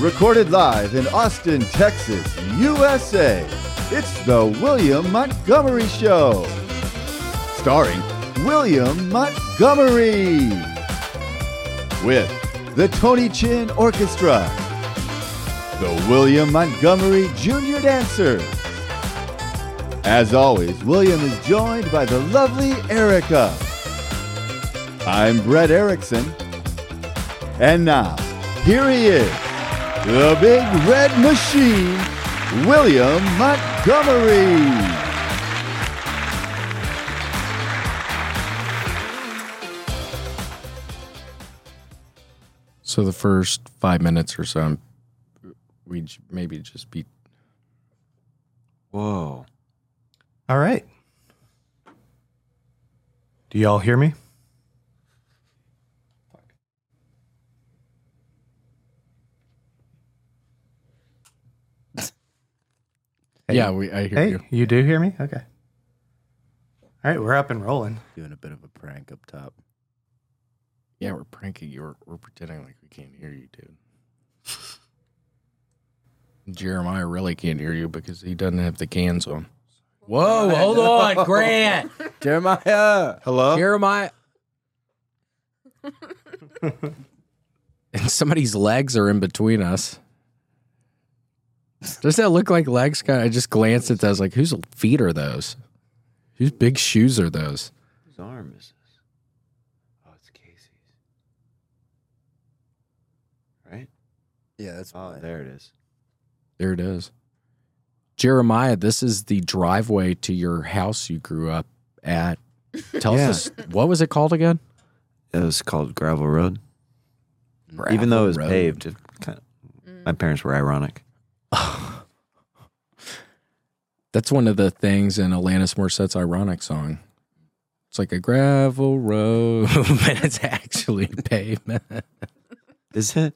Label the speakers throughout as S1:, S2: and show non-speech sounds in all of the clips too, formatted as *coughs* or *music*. S1: Recorded live in Austin, Texas, USA, it's The William Montgomery Show. Starring William Montgomery. With the Tony Chin Orchestra, the William Montgomery Jr. Dancers. As always, William is joined by the lovely Erica. I'm Brett Erickson. And now, here he is, the big red machine, William Montgomery.
S2: So the first five minutes or so, I'm- we'd j- maybe just be.
S3: Whoa.
S4: All right. Do y'all hear me? Hey.
S2: Yeah, we. I hear
S4: Hey,
S2: you.
S4: you. do hear me? Okay. All right, we're up and rolling.
S3: Doing a bit of a prank up top.
S2: Yeah, we're pranking you. We're, we're pretending like we can't hear you, dude. Jeremiah really can't hear you because he doesn't have the cans on. Whoa! Hold on, Grant.
S3: *laughs* Jeremiah.
S1: Hello?
S2: Jeremiah. and somebody's legs are in between us. Does that look like legs? Kind I just glanced at that. I was like, whose feet are those? Whose big shoes are those?
S3: Whose arm is this? Oh, it's Casey's. Right?
S5: Yeah, that's
S3: Oh,
S5: fine.
S3: there it is.
S2: There it is. Jeremiah, this is the driveway to your house you grew up at. Tell
S3: Yeah.
S2: us what was it called again?
S3: It was called Gravel Road. Even though it was paved, it kind of, my parents were ironic.
S2: That's one of the things in Alanis Morissette's ironic song. It's like a gravel road, *laughs* but it's actually pavement. *laughs*
S3: Is it?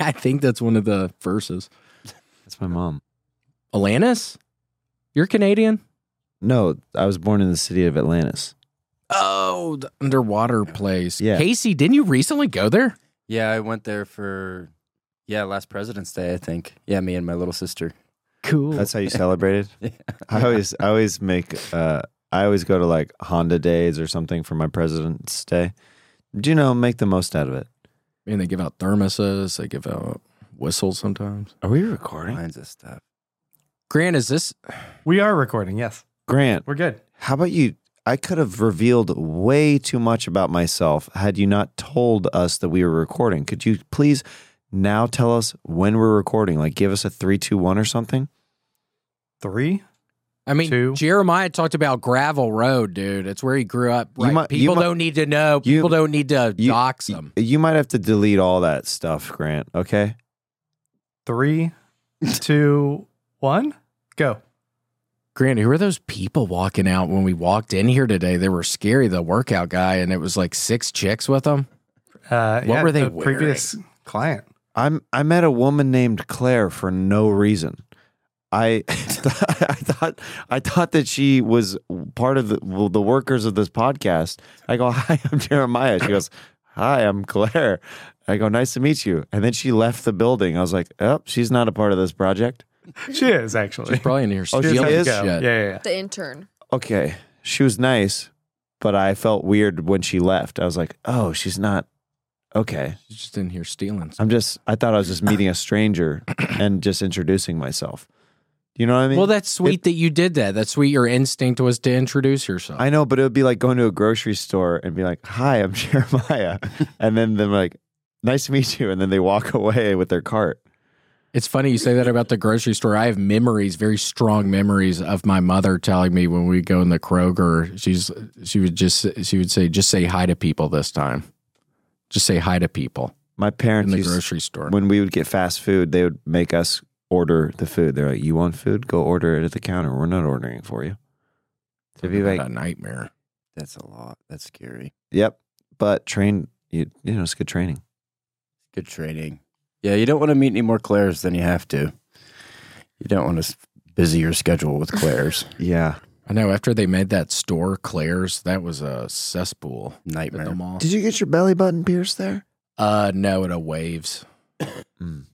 S2: I think that's one of the verses.
S3: That's my mom.
S2: Alanis? You're Canadian?
S3: No, I was born in the city of Atlantis.
S2: Oh, the underwater place.
S3: Yeah.
S2: Casey, didn't you recently go there?
S5: Yeah, I went there for yeah last President's Day, I think. Yeah, me and my little sister.
S2: Cool.
S3: That's *laughs* how you celebrated?
S5: Yeah.
S3: I always I always make uh I always go to like Honda days or something for my president's day. Do you know, make the most out of it.
S2: I mean, they give out thermoses, they give out whistles sometimes.
S3: Are we recording?
S5: Kinds of stuff.
S2: Grant, is this
S4: We are recording. Yes,
S3: Grant,
S4: we're good.
S3: how about you I could have revealed way too much about myself had you not told us that we were recording. Could you please now tell us when we're recording? Like give us a three, two, one or something?
S4: Three.
S2: I mean,
S4: Two.
S2: Jeremiah talked about Gravel Road, dude. It's where he grew up.
S3: You
S2: Right?
S3: might- you
S2: People
S3: might-
S2: don't need to know.
S3: you-
S2: People don't need to
S3: you-
S2: dox him.
S3: You might have to delete all that stuff, Grant, okay? *laughs*
S4: Three, two, one, go.
S2: Grant, who are those people walking out when we walked in here today? They were scary, the workout guy, and it was like six chicks with him.
S4: Uh,
S2: What were they
S4: the Previous
S3: *laughs*
S4: client.
S3: I'm I met a woman named Claire for no reason. I *laughs* I thought I thought that she was part of the, well, the workers of this podcast. I go, *laughs* "Hi, I'm Jeremiah." She goes, "Hi, I'm Claire." I go, "Nice to meet you." And then she left the building. I was like, "Oh, she's not a part of this project."
S4: She is actually.
S2: She's probably in here
S3: Oh, she
S2: stealing
S3: is?
S2: shit.
S4: Go. Yeah, yeah, yeah.
S6: The intern.
S3: Okay. She was nice, but I felt weird when she left. I was like, "Oh, she's not okay."
S2: She's just in here stealing.
S3: I'm just I thought I was just meeting a stranger and just introducing myself. You know what I mean?
S2: well, that's sweet that you did that. That's sweet. Your instinct was to introduce yourself.
S3: I know, but it would be like going to a grocery store and be like, "Hi, I'm *laughs* Jeremiah," and then they're like, "Nice to meet you," and then they walk away with their cart.
S2: It's funny you say that about the grocery store. I have memories, very strong memories of my mother telling me when we go in the Kroger, she's she would just she would say just say hi to people this time. Just say hi to people
S3: My
S2: in
S3: parents,
S2: the
S3: used-
S2: grocery store.
S3: when we would get fast food, they would make us order the food. They're like, "You want food? Go order it at the counter. We're not ordering it for you." To be
S2: What
S3: like,
S2: a nightmare.
S5: That's a lot. That's scary.
S3: "Yep," but train you, you know, it's good training.
S5: Good training. Yeah, you don't want to meet any more Claires than you have to. You don't want to busy your schedule with
S2: *laughs*
S5: Claires.
S3: Yeah.
S2: I know after they made that store Claire's, that was a cesspool at the
S5: Nightmare. *coughs*
S2: mall.
S3: Did you get your belly button pierced there?
S2: Uh no, at a waves.
S3: Mm.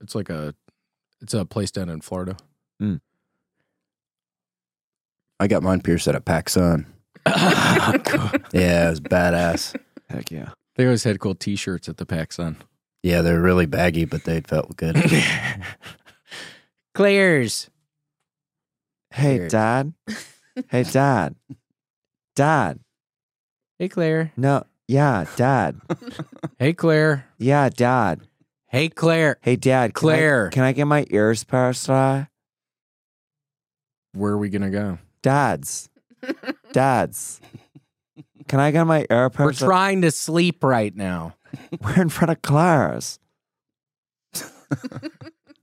S2: It's like a it's a place down in Florida.
S5: I got mine pierced at a pack
S2: *laughs*
S5: sun.
S2: Oh,
S5: yeah, it was badass.
S3: Heck yeah.
S2: They always had cool T-shirts at the PacSun.
S5: Yeah, they're really baggy, but they felt good.
S2: *laughs* Clears.
S3: Hey,
S5: Weird.
S3: Dad. hey, Dad. Dad.
S2: Hey Claire.
S3: No. Yeah, Dad.
S2: *laughs* Hey Claire.
S3: Yeah, Dad.
S2: Hey Claire.
S3: Hey, Dad. can I-
S2: Claire.
S3: Can I, get my ears pierced? uh,
S2: Where are we gonna go? *laughs*
S3: Dads. Dads. Can I get my ear
S2: We're
S3: pierced?
S2: trying to sleep right now.
S3: *laughs* We're in front of Claire's.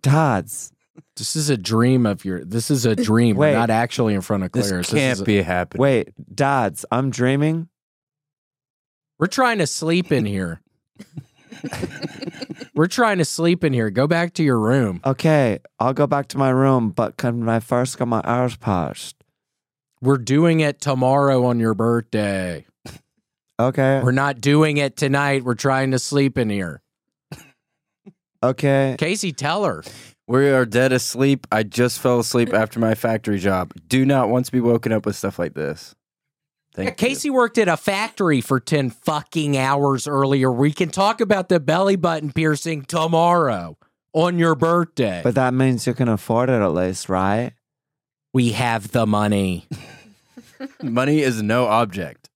S3: Dads.
S2: This is a dream of your.
S5: *laughs*
S2: This is a dream.
S3: Wait.
S2: We're not actually in front of
S5: this
S2: Claire's. This
S5: can't
S2: is a-
S5: be happening.
S3: Wait, Dads. I'm dreaming.
S2: we're trying to sleep
S5: *laughs*
S2: in here. we're trying to sleep in here. Go back to your room.
S3: Okay, I'll go back to my room, but can I first get my ears pierced?
S2: We're doing it tomorrow on your birthday.
S3: Okay.
S2: We're not doing it tonight. We're trying to sleep in here.
S3: Okay.
S2: Casey, tell her.
S5: We are dead asleep. I just fell asleep after my factory job. Do not want to be woken up with stuff like this. Thank you.
S2: Casey worked at a factory for 10 fucking hours earlier. We can talk about the belly button piercing tomorrow on your birthday.
S3: But that means you can afford it at least, right?
S2: we have
S3: *laughs*
S2: the money.
S5: Money is no object.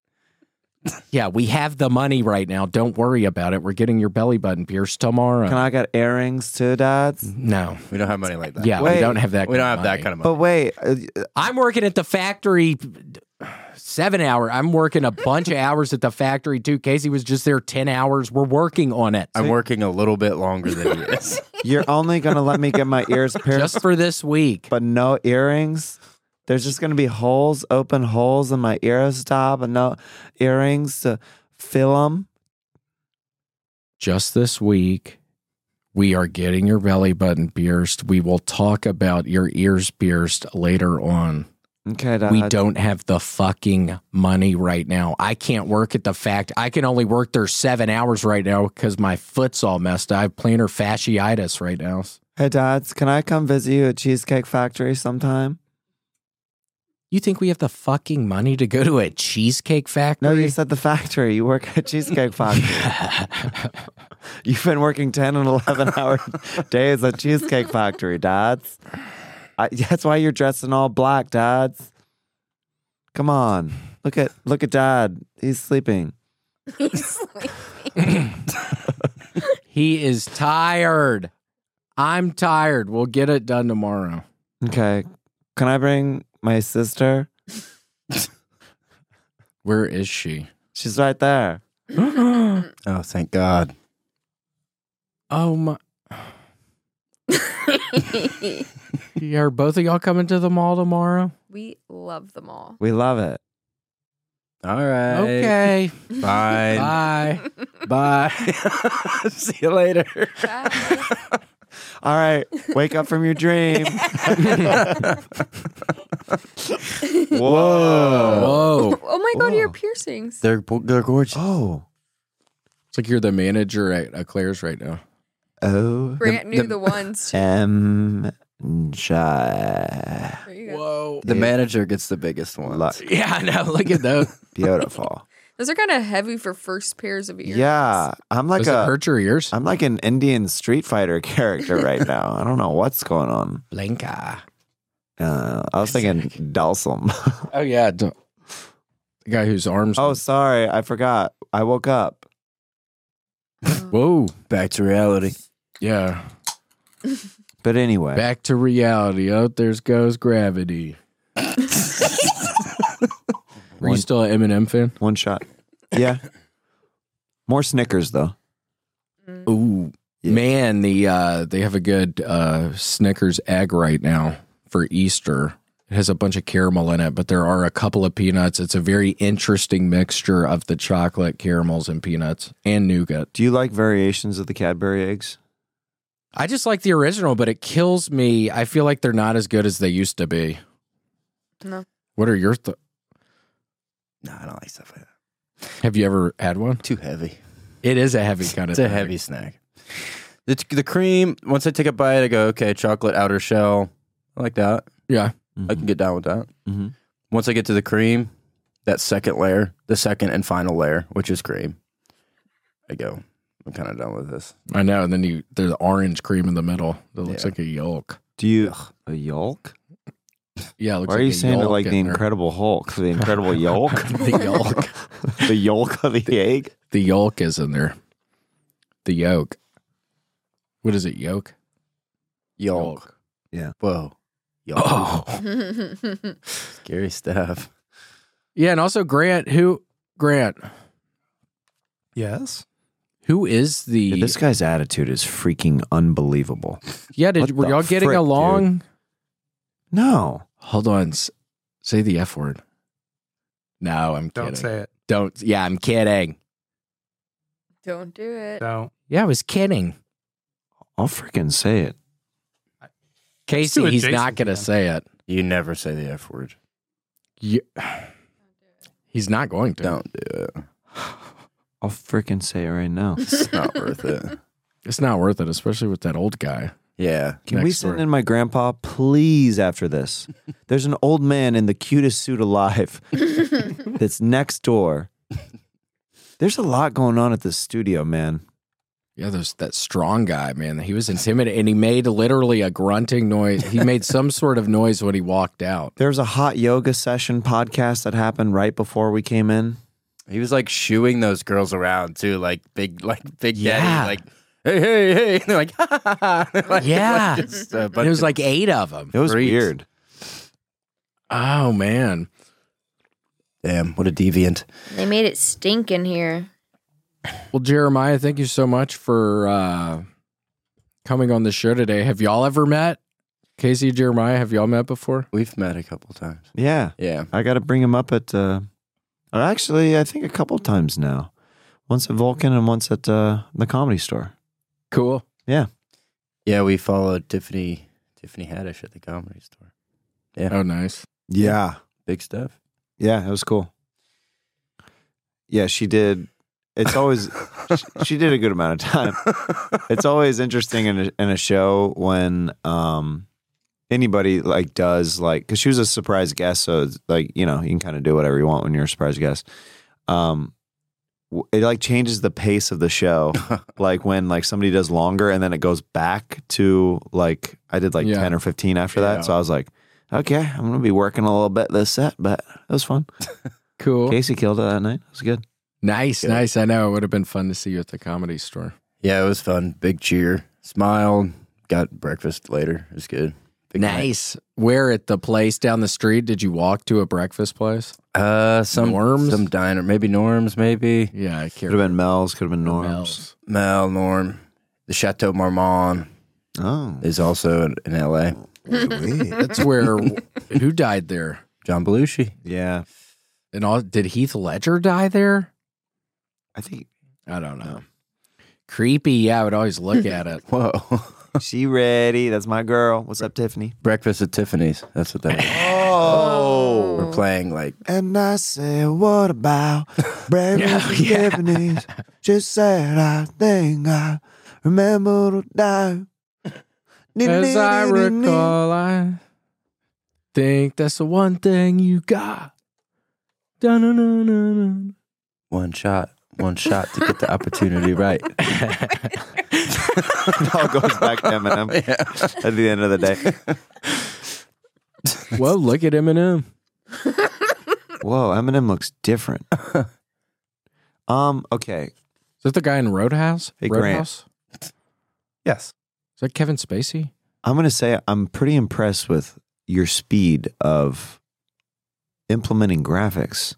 S2: Yeah, we have the money right now. Don't worry about it. We're getting your belly button pierced tomorrow.
S3: Can I get earrings too, dads?
S2: no.
S5: We don't have money like that.
S2: Yeah,
S3: Wait.
S2: we don't have that.
S5: We don't have that kind of money.
S3: But wait, uh,
S2: I'm working at the factory seven hour. I'm working a bunch of hours at the factory too. Casey was just there 10 hours. We're working on it
S5: I'm working a little bit longer than
S2: *laughs*
S5: he is.
S3: you're only going to let me get my ears pierced,
S2: just for this week.
S3: but no earrings? There's just going to be holes, open holes in my ears, dad, but no earrings to fill them.
S2: just this week we are getting your belly button pierced we will talk about your ears pierced later on
S3: Okay, dad.
S2: we don't have the fucking money right now i can't work at the fact i can only work there seven hours right now because my foot's all messed up i have plantar fasciitis right now
S3: Hey, dads, can I come visit you at Cheesecake Factory sometime?
S2: you think we have the fucking money to go to a cheesecake factory
S3: No, you said the factory. You work at Cheesecake Factory.
S2: *laughs*
S3: You've been working 10 and 11 hour days at Cheesecake Factory, dads. I, that's why you're dressed in all black, dads. Come on. Look at look at dad. He's sleeping.
S6: He's like,
S2: he is tired i'm tired we'll get it done tomorrow
S3: Okay. Can I bring my sister?
S2: where is she
S3: She's right there.
S5: oh, thank God.
S2: Oh my! Yeah, Are both of y'all coming to the mall tomorrow?
S6: we love them
S3: *laughs*
S6: all.
S3: We love it.
S5: All right.
S2: Okay.
S5: Fine.
S2: Bye.
S5: *laughs* Bye. *laughs* See you later. *laughs*
S6: Bye.
S3: All right. Wake up from your dream. Whoa.
S2: Whoa!
S6: oh my god, your
S3: Whoa.
S6: piercings.
S5: They're they're gorgeous.
S3: *laughs* Oh.
S2: It's like you're the manager at, at Claire's right now.
S3: Oh.
S6: Grant knew the,
S3: *laughs*
S6: ones. too.
S3: M. J.
S6: There you go.
S2: Whoa!
S5: The manager gets the biggest one.
S2: Yeah, I know. Look at those.
S3: Beautiful.
S6: Those are kind of heavy for first pairs of ears.
S3: Yeah. I'm like
S2: Does
S3: a
S2: it hurt your ears?
S3: I'm like an Indian Street Fighter character right now. I don't know what's going on.
S2: Blanca.
S3: Uh, I was thinking Dalsum. *laughs*
S2: Oh yeah. d- The guy whose arms.
S3: oh, sorry, I forgot. I woke up.
S2: Whoa!
S5: Back to reality.
S2: Yeah.
S3: But anyway,
S2: Back to reality. Oh, there's goes gravity. Were you still an Eminem fan?
S3: one shot. Yeah. More Snickers though.
S6: Mm.
S2: Ooh, man, the uh, they have a good uh, Snickers egg right now for Easter. It has a bunch of caramel in it, but there are a couple of peanuts. It's a very interesting mixture of the chocolate, caramels, and peanuts and nougat.
S3: Do you like variations of the Cadbury eggs?
S2: I just like the original, but it kills me. I feel like they're not as good as they used to be.
S6: No.
S2: What are your th-
S5: No, I don't like stuff like that.
S2: Have you ever had one?
S5: Too heavy.
S2: It is a heavy kind of
S5: It's a heavy snack. The, the cream, once I take a bite, I go, okay, chocolate outer shell. I like that.
S2: Yeah.
S5: I
S2: Mm-hmm.
S3: Mm-hmm.
S5: can get down with that.
S3: Mhm.
S5: Once I get to the cream, that second layer, the second and final layer, which is cream, I go, I'm kind of done with this.
S2: I know. And then you there's orange cream in the middle that looks
S5: Yeah.
S2: like a yolk.
S3: Do you a yolk?
S2: Yeah, it looks
S3: Why are
S2: like
S3: you
S2: a
S3: saying it
S2: yolk
S3: like
S2: in
S3: the
S2: there.
S3: Incredible Hulk? The
S2: *laughs*
S3: Incredible Yolk?
S2: the yolk.
S3: *laughs* the yolk of the egg?
S2: The yolk is in there. The yolk. What is it? Yolk.
S5: Yolk. Whoa. Yolk.
S2: Oh.
S5: Scary stuff.
S2: Yeah, and also Grant. Who Grant?
S4: Yes.
S2: Who is the?
S3: Dude, this guy's attitude is freaking unbelievable.
S2: yeah,
S3: what
S2: did were
S3: the
S2: y'all getting
S3: frick,
S2: along?
S3: No.
S2: Hold on. s- Say the f word. No, I'm
S4: Don't
S2: kidding.
S4: say it.
S2: Don't. Yeah, I'm kidding.
S6: *laughs* Don't do it.
S4: Don't.
S2: Yeah, I was kidding.
S3: I'll freaking say it.
S2: Casey,
S4: it,
S2: he's
S4: Jason,
S2: not gonna
S4: yeah.
S2: say it.
S5: You never say the F word.
S2: You- *sighs* he's not going to.
S5: Don't do it.
S3: I'll freaking say it right now.
S5: It's not worth it.
S2: It's not worth it, especially with that old guy.
S5: *laughs* Yeah.
S3: Can we
S2: Next
S3: send
S2: door.
S3: in my grandpa, please, after this? There's an old man in the cutest suit alive that's next door. There's a lot going on at this studio, man.
S2: Yeah, there's that strong guy, man. He was intimidated and he made literally a grunting noise. He made some sort of noise when he walked out.
S3: There was a hot yoga session podcast that happened right before we came in.
S5: He was like shooing those girls around too, like big, like big
S2: Yeah.
S5: daddy, like hey, hey, hey. *laughs* And they're like, ha ha ha. *laughs* ha. Like,
S2: Yeah.
S5: just a
S2: But
S5: bunch
S2: it was
S5: of-
S2: like eight of them.
S3: It was
S5: Freaks.
S3: weird.
S2: Oh man.
S5: damn, what a deviant.
S6: They made it stink in here.
S2: Well, Jeremiah, thank you so much for uh coming on the show today. Have y'all ever met? Casey and Jeremiah, have y'all met before?
S5: We've met a couple times.
S3: Yeah.
S5: Yeah.
S3: I got to bring him up at, uh, or actually, I think a couple times now. Once at Vulcan and once at uh, the comedy store.
S2: Cool.
S5: Yeah, we followed Tiffany Tiffany Haddish at the comedy store.
S2: Oh nice.
S3: Yeah.
S5: Big stuff.
S3: Yeah. It was cool. Yeah. She did. It's always, she- she did a good amount of time. It's always interesting in a, in a show when um, anybody like does like, because she was a surprise guest. So it's like, you know, you can kind of do whatever you want when you're a surprise guest. Um, w- it like changes the pace of the
S2: *laughs*
S3: show. like when like somebody does longer and then it goes back to like I did like
S2: Yeah.
S3: 10 or 15 after
S2: Yeah.
S3: that. So I was like, okay, I'm going to be working a little bit this set, but it was fun.
S2: Cool.
S3: Casey killed it that night. It was good.
S2: Nice, nice. I know. It would have been fun to see you at the comedy store.
S5: yeah, it was fun. Big cheer. Smiled. Got breakfast later. It was good. Big night.
S2: Nice. Where at the place down the street? Did you walk to a breakfast place?
S5: Uh some
S2: Norms?
S5: some diner. Maybe Norms, maybe.
S2: Yeah, I can't
S3: Could have been Mel's, could have been
S2: remember.
S3: Norm's.
S5: Mel Norm. The Chateau Marmont
S3: Oh. *laughs*
S5: is also in, in LA.
S2: That's *laughs* where who died there?
S5: John Belushi.
S3: yeah.
S2: And all did Heath Ledger die there?
S3: I think
S2: I don't know. Creepy. Yeah, I would always *laughs* look at it.
S5: Whoa. *laughs*
S3: she ready. That's my girl. What's up, Tiffany?
S5: Breakfast at Tiffany's. That's what that was.
S3: Oh.
S5: We're playing like
S3: And I said, what *laughs* about *laughs* breakfast and Tiffany's? She said, I think I remember to die.
S2: As I recall, I think that's the one thing you got. Dun-dun-dun-dun-dun.
S5: one shot, one shot to
S2: *laughs*
S5: get the opportunity right.
S3: It all goes back to Eminem at the end of the day.
S2: Well, look at Eminem.
S3: Whoa, Eminem looks different. Um, okay.
S2: Is that the guy in Roadhouse?
S3: Hey, Grant.
S2: Roadhouse?
S4: Yes.
S2: Is that Kevin Spacey?
S3: I'm going to say I'm pretty impressed with your speed of implementing graphics.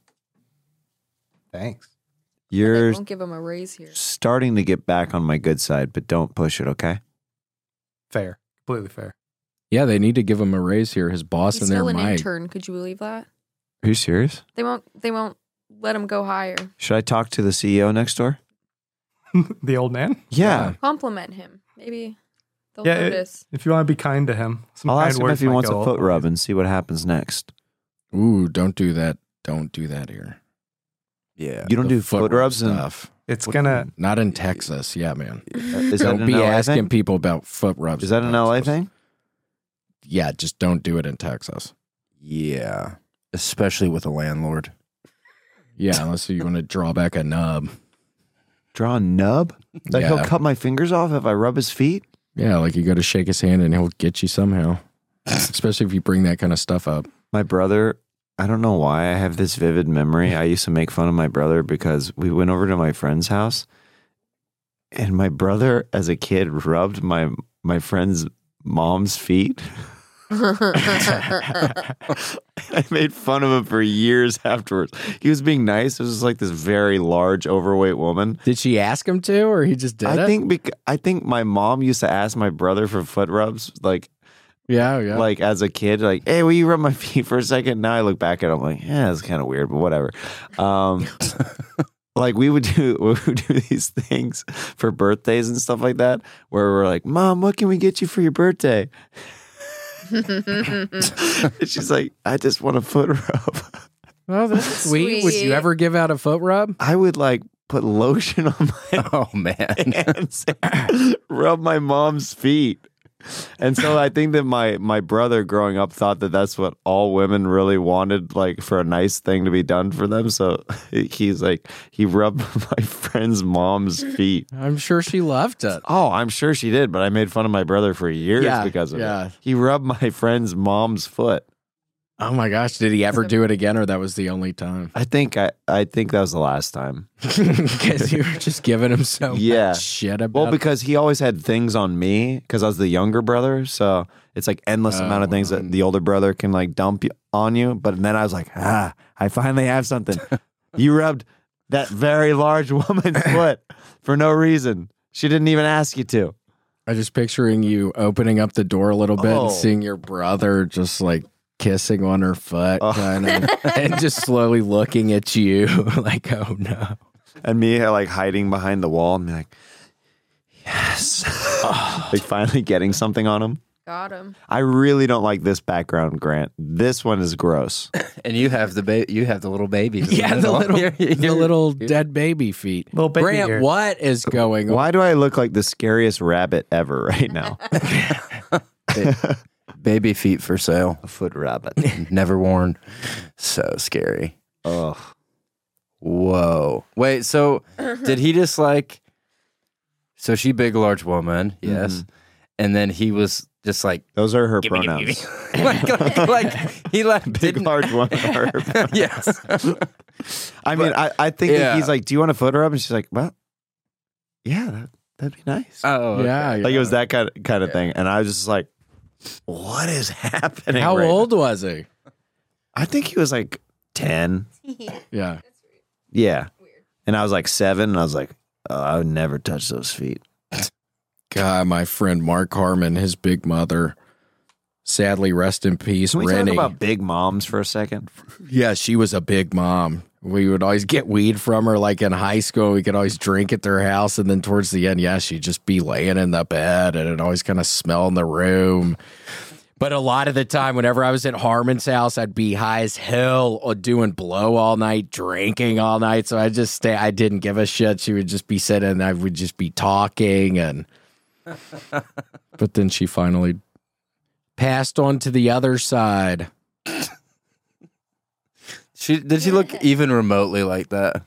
S4: Thanks.
S3: You're
S6: Don't give him a raise here.
S3: starting to get back on my good side, but don't push it, okay?
S4: Fair. Completely fair. *laughs*
S2: Yeah, they need to give him a raise here. His boss
S6: He's
S2: and their
S6: still an
S2: mic.
S6: intern. Could you believe that?
S3: Are you serious?
S6: They won't. They won't let him go higher.
S3: Should I talk to the CEO next door?
S4: the old man.
S3: Yeah.
S6: Compliment him. Maybe they'll
S4: Yeah, it-
S6: notice.
S4: If you want to be kind to him, some
S3: I'll
S4: kind
S3: ask him
S4: words
S3: if he
S4: might
S3: wants a
S4: go
S3: foot rub and see what happens next.
S2: Ooh, don't do that. Don't do that here.
S5: *laughs* Yeah.
S3: You don't
S2: The
S3: do foot rubs and
S2: stuff.
S4: It's gonna.
S2: Not in Texas. Yeah, man.
S3: is that
S2: don't
S3: an
S2: be
S3: LA
S2: asking
S3: thing?
S2: people about foot rubs.
S3: Is that
S2: and
S3: an
S2: stuff.
S3: LA thing?
S2: Yeah, just don't do it in Texas.
S5: Yeah. Especially with a
S3: *laughs*
S5: landlord.
S2: Yeah, unless you want to draw back a nub.
S3: Draw a nub? Like
S2: yeah.
S3: he'll cut my fingers off if I rub his feet?
S2: yeah, like you go to shake his hand and he'll get you somehow. Especially if you bring that kind of stuff up.
S3: My brother, I don't know why I have this vivid memory. I used to make fun of my brother because we went over to my friend's house and my brother as a kid rubbed my my friend's mom's feet. *laughs* I made fun of him for years afterwards. He was being nice. It was just like this very large overweight woman.
S2: Did she ask him to, or he just did
S3: I
S2: it?
S3: think bec- I think my mom used to ask my brother for foot rubs like
S2: yeah, yeah.
S3: like as a kid, like, hey, will you rub my *laughs* feet for a second? Now I look back at it, I'm like, yeah, it's kind of weird, but whatever. Um, like we would do *laughs* we would do these things for birthdays and stuff like that, where we're like, Mom, what can we get you for your birthday? *laughs* and she's like, I just want a foot rub. *laughs*
S2: oh, that's *laughs* sweet. Would
S6: Sweet.
S2: you ever give out a foot rub?
S3: I would like put lotion on my
S5: Oh man.
S3: hands and *laughs* rub my mom's feet. And so I think that my my brother growing up thought that that's what all women really wanted, like for a nice thing to be done for them. So *laughs* he's like, he rubbed *laughs* my friend's mom's feet.
S2: I'm sure she loved it.
S3: Oh, I'm sure she did, but I made fun of my brother for years
S2: Yeah,
S3: because of
S2: yeah.
S3: it. He rubbed my friend's mom's foot.
S2: Oh my gosh, did he ever do it again, or that was the only *laughs* time?
S3: I think I I think that was the last time.
S2: Because you were just giving him so
S3: Yeah.
S2: much shit about.
S3: Well, because he always had things on me because I was the younger brother. So it's like endless amount of things that the older brother can like dump y- on you. But then I was like, ah, I finally have *laughs* something. you rubbed that very large *laughs* woman's foot for no reason. She didn't even ask you to.
S2: I'm just picturing you opening up the door a little bit
S3: Oh.
S2: and seeing your brother just like kissing on her foot,
S3: Oh.
S2: kind
S3: *laughs*
S2: of, and just slowly looking at you *laughs* like, oh no.
S3: And me uh, like hiding behind the wall and be like, yes. *laughs* like finally getting something on him.
S6: Got him.
S3: I really don't like this background, Grant. This one is gross.
S5: *laughs* and you have the ba- you have the little baby.
S2: Yeah, the little, *laughs* the little dead baby feet.
S4: Little baby
S2: Grant,
S4: ear.
S2: what is going on?
S3: Why do I look like the scariest rabbit ever right now?
S5: *laughs* baby feet for
S2: *laughs*
S5: sale.
S3: A foot rabbit.
S5: Never worn. So scary.
S3: Ugh.
S5: Whoa. Wait, so did he just like so she big large woman, yes. And then he was just like *laughs*
S3: Those are her
S5: me, give me,
S3: pronouns. *laughs*
S2: *laughs*
S5: like, like, like, he like
S3: Big
S5: didn't
S3: large one. are
S2: *laughs*
S3: her pronouns.
S5: *laughs* yes.
S3: I mean, I, I think that
S5: Yeah.
S3: he's like, "Do you want a foot rub?" And she's like, "Well, yeah, that, that'd be nice."
S5: Oh,
S2: yeah,
S3: like
S2: Uh, yeah.
S3: it was that kind of, kind of thing, and I was just like, "What is happening?"
S2: How
S3: right
S2: old was he?
S3: now?" I think he was like ten.
S2: Yeah.
S3: Yeah, and I was like seven, and I was like, oh, "I would never touch those feet."
S2: God, my friend Mark Harmon, his big mother, sadly rest in peace.
S3: Can we
S2: Rennie.
S3: talk about big moms for a second?
S2: Yeah, she was a big mom. We would always get weed from her, like in high school. We could always drink at their house, and then towards the end, yeah, she'd just be laying in the bed, and it always kind of smell in the room. But a lot of the time, whenever I was at Harmon's house, I'd be high as hell, or doing blow all night, drinking all night. So I just stay. I didn't give a shit. She would just be sitting, and I would just be talking, and. but then she finally passed on to the other side.
S5: She did she look even remotely like that?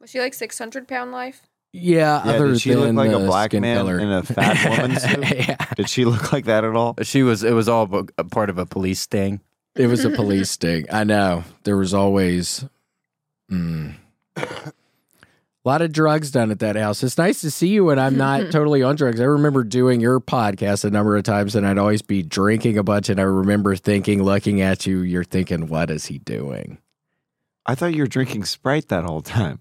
S6: Was she like 600 pound life?
S2: Yeah,
S3: Yeah,
S2: other
S3: did she look
S2: than
S3: like a
S2: the
S3: black
S2: skin
S3: man
S2: color. *laughs*
S3: in a fat woman's suit?
S2: yeah,
S3: Did she look like that at all?
S5: She was it was all bu- a part of a police sting.
S2: it was a police sting. I know there was always mm, a lot of drugs done at that house. It's nice to see you when I'm not totally on drugs. I remember doing your podcast a number of times, and I'd always be drinking a bunch, and I remember thinking, looking at you, you're thinking, "What is he doing?"
S3: I thought you were drinking Sprite that whole time.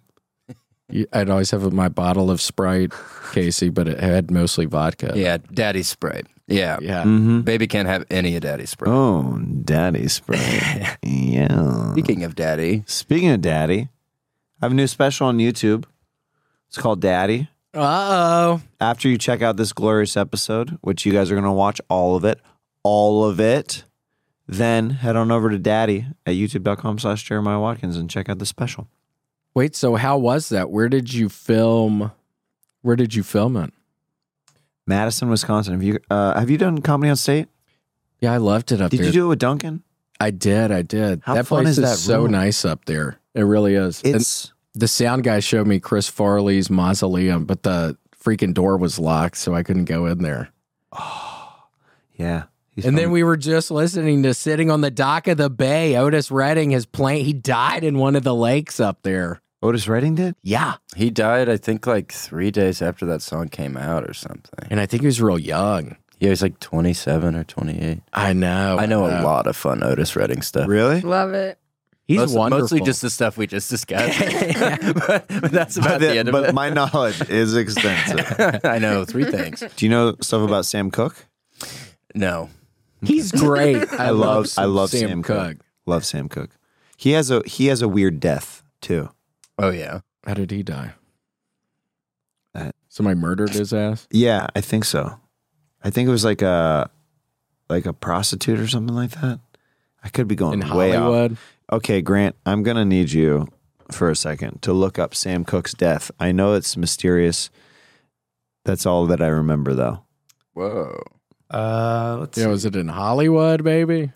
S2: You- I'd always have my bottle of Sprite, Casey, but it had mostly vodka.
S5: Yeah, daddy spray. Yeah.
S2: yeah.
S3: Mm-hmm.
S5: Baby can't have any of daddy spray.
S3: Oh, Daddy
S2: *laughs*
S3: Sprite. yeah.
S5: Speaking of daddy,
S3: Speaking of Daddy, I have a new special on YouTube. It's called Daddy.
S2: Uh oh.
S3: After you check out this glorious episode, which you guys are going to watch all of it, all of it, then head on over to Daddy at youtube.com slash Jeremiah Watkins and check out the special.
S2: Wait, so how was that? Where did you film? Where did you film it?
S3: Madison, Wisconsin. Have you uh, have you done comedy on state?
S2: Yeah, I loved it up
S3: Did
S2: there.
S3: you do it with Duncan?
S2: I did. I did.
S3: How
S2: that
S3: fun
S2: place
S3: is that
S2: so
S3: room?
S2: nice up there. It really is. And
S3: It's
S2: the sound guy showed me Chris Farley's mausoleum, but the freaking door was locked, so I couldn't go in there.
S3: yeah. He's
S2: and then
S3: from-
S2: we were just listening to sitting on the dock of the bay. Otis Redding, his plane, he died in one of the lakes up there.
S3: Otis Redding did.
S2: Yeah,
S5: He died, I think, like three days after that song came out or something.
S2: and I think he was real young.
S5: Yeah, he's like 27 or 28.
S2: I know.
S5: I know a
S2: uh,
S5: lot of fun Otis Redding stuff.
S3: Really?
S6: Love it.
S2: He's
S5: Most-
S2: wonderful.
S5: Mostly just the stuff we just *laughs* discussed. but, but that's about
S3: But,
S5: the,
S3: the-
S5: end of
S3: but
S5: it.
S3: my knowledge is extensive.
S5: *laughs* I know three things.
S3: do you know stuff about Sam Cook?
S5: No, *laughs*
S2: He's great. I,
S3: I
S2: love.
S3: love I love Sam, Cook.
S2: Cooke.
S3: Love Sam Cook. He has a he has a weird death too.
S5: oh yeah,
S2: How did he die?
S3: Uh,
S2: Somebody murdered his
S3: *laughs*
S2: ass.
S3: Yeah, I think so. I think it was like a like a prostitute or something like that. I could be going
S2: In
S3: way off.
S2: Hollywood,
S3: Okay, Grant, I'm going to need you for a second to look up Sam Cook's death. I know it's mysterious. That's all that I remember, though.
S5: whoa.
S4: Uh, let's
S2: yeah, was it in Hollywood, baby?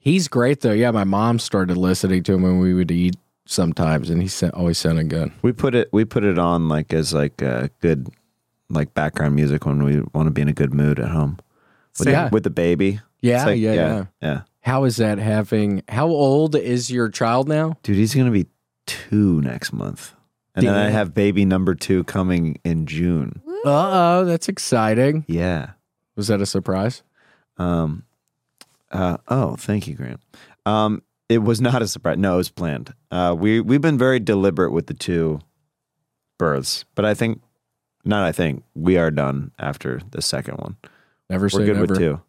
S2: He's great though. Yeah, my mom started listening to him when we would eat sometimes, and he sa- always sounded good.
S3: We put it we put it on like as like a good like background music when we want to be in a good mood at home with,
S2: Yeah.
S3: the, with the baby. It's
S2: Yeah,
S3: like-
S2: yeah, yeah,
S3: yeah, yeah.
S2: How is that having? How old is your child now?
S3: Dude, he's gonna be two next month, and then I
S2: Damn.
S3: have baby number two coming in June.
S2: Uh oh, that's exciting.
S3: Yeah.
S2: Was that a surprise?
S3: Um, uh, oh, thank you, Grant. Um, it was not a surprise. No, it was planned. Uh, we we've been very deliberate with the two births, but I think not. I think we are done after the second one.
S2: Never say
S3: We're good
S2: never.
S3: with two.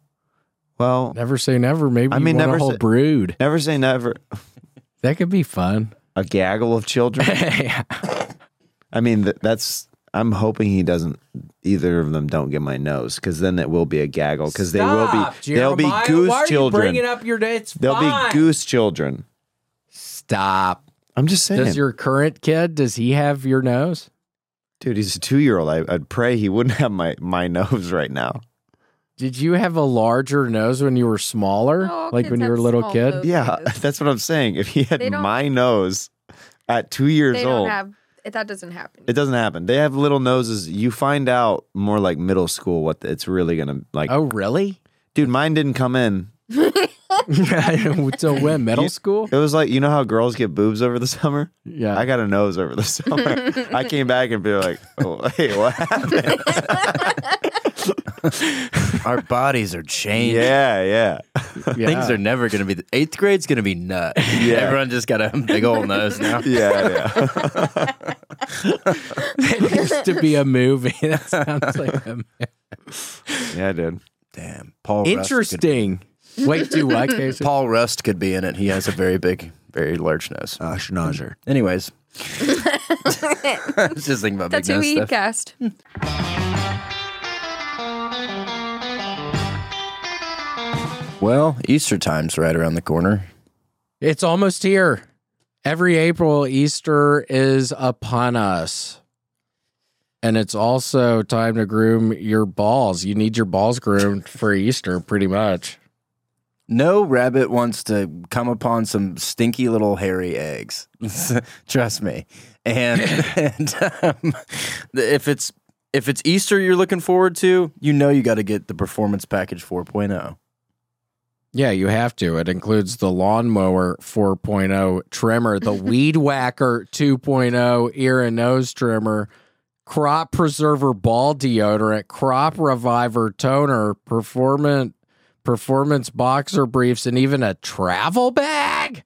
S3: Well,
S2: Never say never. Maybe
S3: I
S2: I
S3: mean,
S2: mean, you want
S3: never
S2: a whole
S3: say-
S2: brood.
S3: never say never.
S2: That could be fun. *laughs*
S3: A gaggle of children. I mean, th- that's. I'm hoping he doesn't. Either of them don't get my nose, because then it will be a gaggle. Because they will be. they'll be goose children.
S2: up your day? It's
S3: they'll be goose children.
S2: Stop.
S3: I'm just saying.
S2: Does your current kid? Does he have your nose?
S3: Dude, he's a two year old. I, I'd pray he wouldn't have my, my *laughs* nose right now.
S2: Did you have a larger nose when you were smaller?
S6: No, all
S2: like
S6: kids
S2: when you
S6: have
S2: were a little
S6: small
S2: kid?
S6: noses.
S3: Yeah, *laughs* that's what I'm saying. If he had
S6: They don't-
S3: my nose at two years
S6: They
S3: old,
S6: don't have it, that doesn't happen.
S3: it doesn't happen. They have little noses. You find out more like middle school what it's really gonna like.
S2: Oh, really? *laughs*
S3: Dude, mine didn't come in.
S2: so
S3: *laughs*
S2: when? Middle school?
S3: It was like you know how girls get boobs over the summer.
S2: Yeah.
S3: I got a nose over the *laughs* summer. I came back and be like, oh, hey, what happened? *laughs*
S5: Our bodies are changing.
S3: yeah, yeah.
S5: Things
S2: Yeah.
S5: are
S2: *laughs*
S5: never going to be. The, eighth grade's going to be nuts.
S3: Yeah.
S5: Everyone just got a big old nose now.
S3: Yeah, yeah.
S2: That needs to be a movie. *laughs* That sounds like
S3: *laughs*
S2: a
S3: Yeah, dude.
S5: Damn, Paul. Rust could-
S2: Interesting. Wait, do what, Casey?
S5: Paul Rust could be in it. He has a very big, very large nose.
S2: Ah,
S5: Um,
S3: Uh, schnauzer.
S6: *laughs*
S5: *laughs* Anyways, I was just thinking about
S6: That's
S5: big
S6: who we
S5: nose stuff.
S6: cast.
S5: Well, Easter time's right around the corner.
S2: It's almost here. Every April, Easter is upon us. And it's also time to groom your balls. You need your balls groomed for Easter, pretty much.
S5: No rabbit wants to come upon some stinky little hairy eggs. *laughs* Trust me. And, and um, if it's if it's Easter you're looking forward to, you know you got to get the performance package oh. 4.0.
S2: Yeah, you have to. It includes the lawnmower 4.0 trimmer, the weed whacker 2.0 ear and nose trimmer, crop preserver ball deodorant, crop reviver toner, performant performance boxer briefs, and even a travel *laughs* bag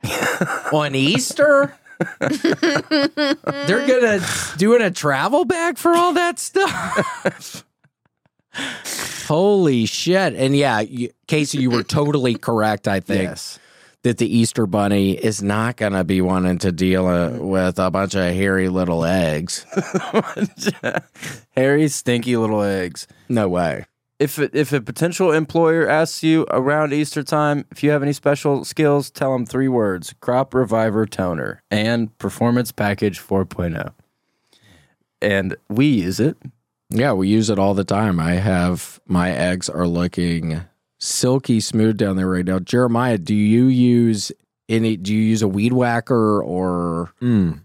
S2: on Easter. They're gonna doing a travel bag for all that stuff. Holy shit! And yeah, you, Casey, you were totally correct. I think
S5: *laughs*
S2: that the Easter Bunny is not gonna be wanting to deal uh, with a bunch of hairy little eggs.
S5: hairy stinky little eggs.
S2: No way.
S5: if it, if a potential employer asks you around Easter time if you have any special skills, tell them three words: crop reviver toner and performance package 4.0. And we use it.
S2: Yeah, we use it all the time. I have my eggs are looking silky smooth down there right now. Jeremiah, do you use any? Do you use a weed whacker or?
S7: Mm.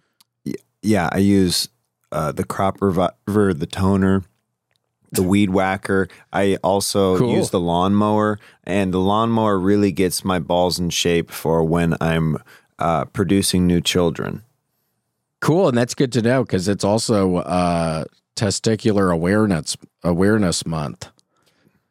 S3: Hmm. yeah, I use uh, the crop reviver, the toner, the weed whacker. I also
S2: Cool.
S3: use the lawnmower, and the lawnmower really gets my balls in shape for when I'm uh, producing new children.
S2: Cool, and that's good to know because it's also uh, testicular awareness awareness month.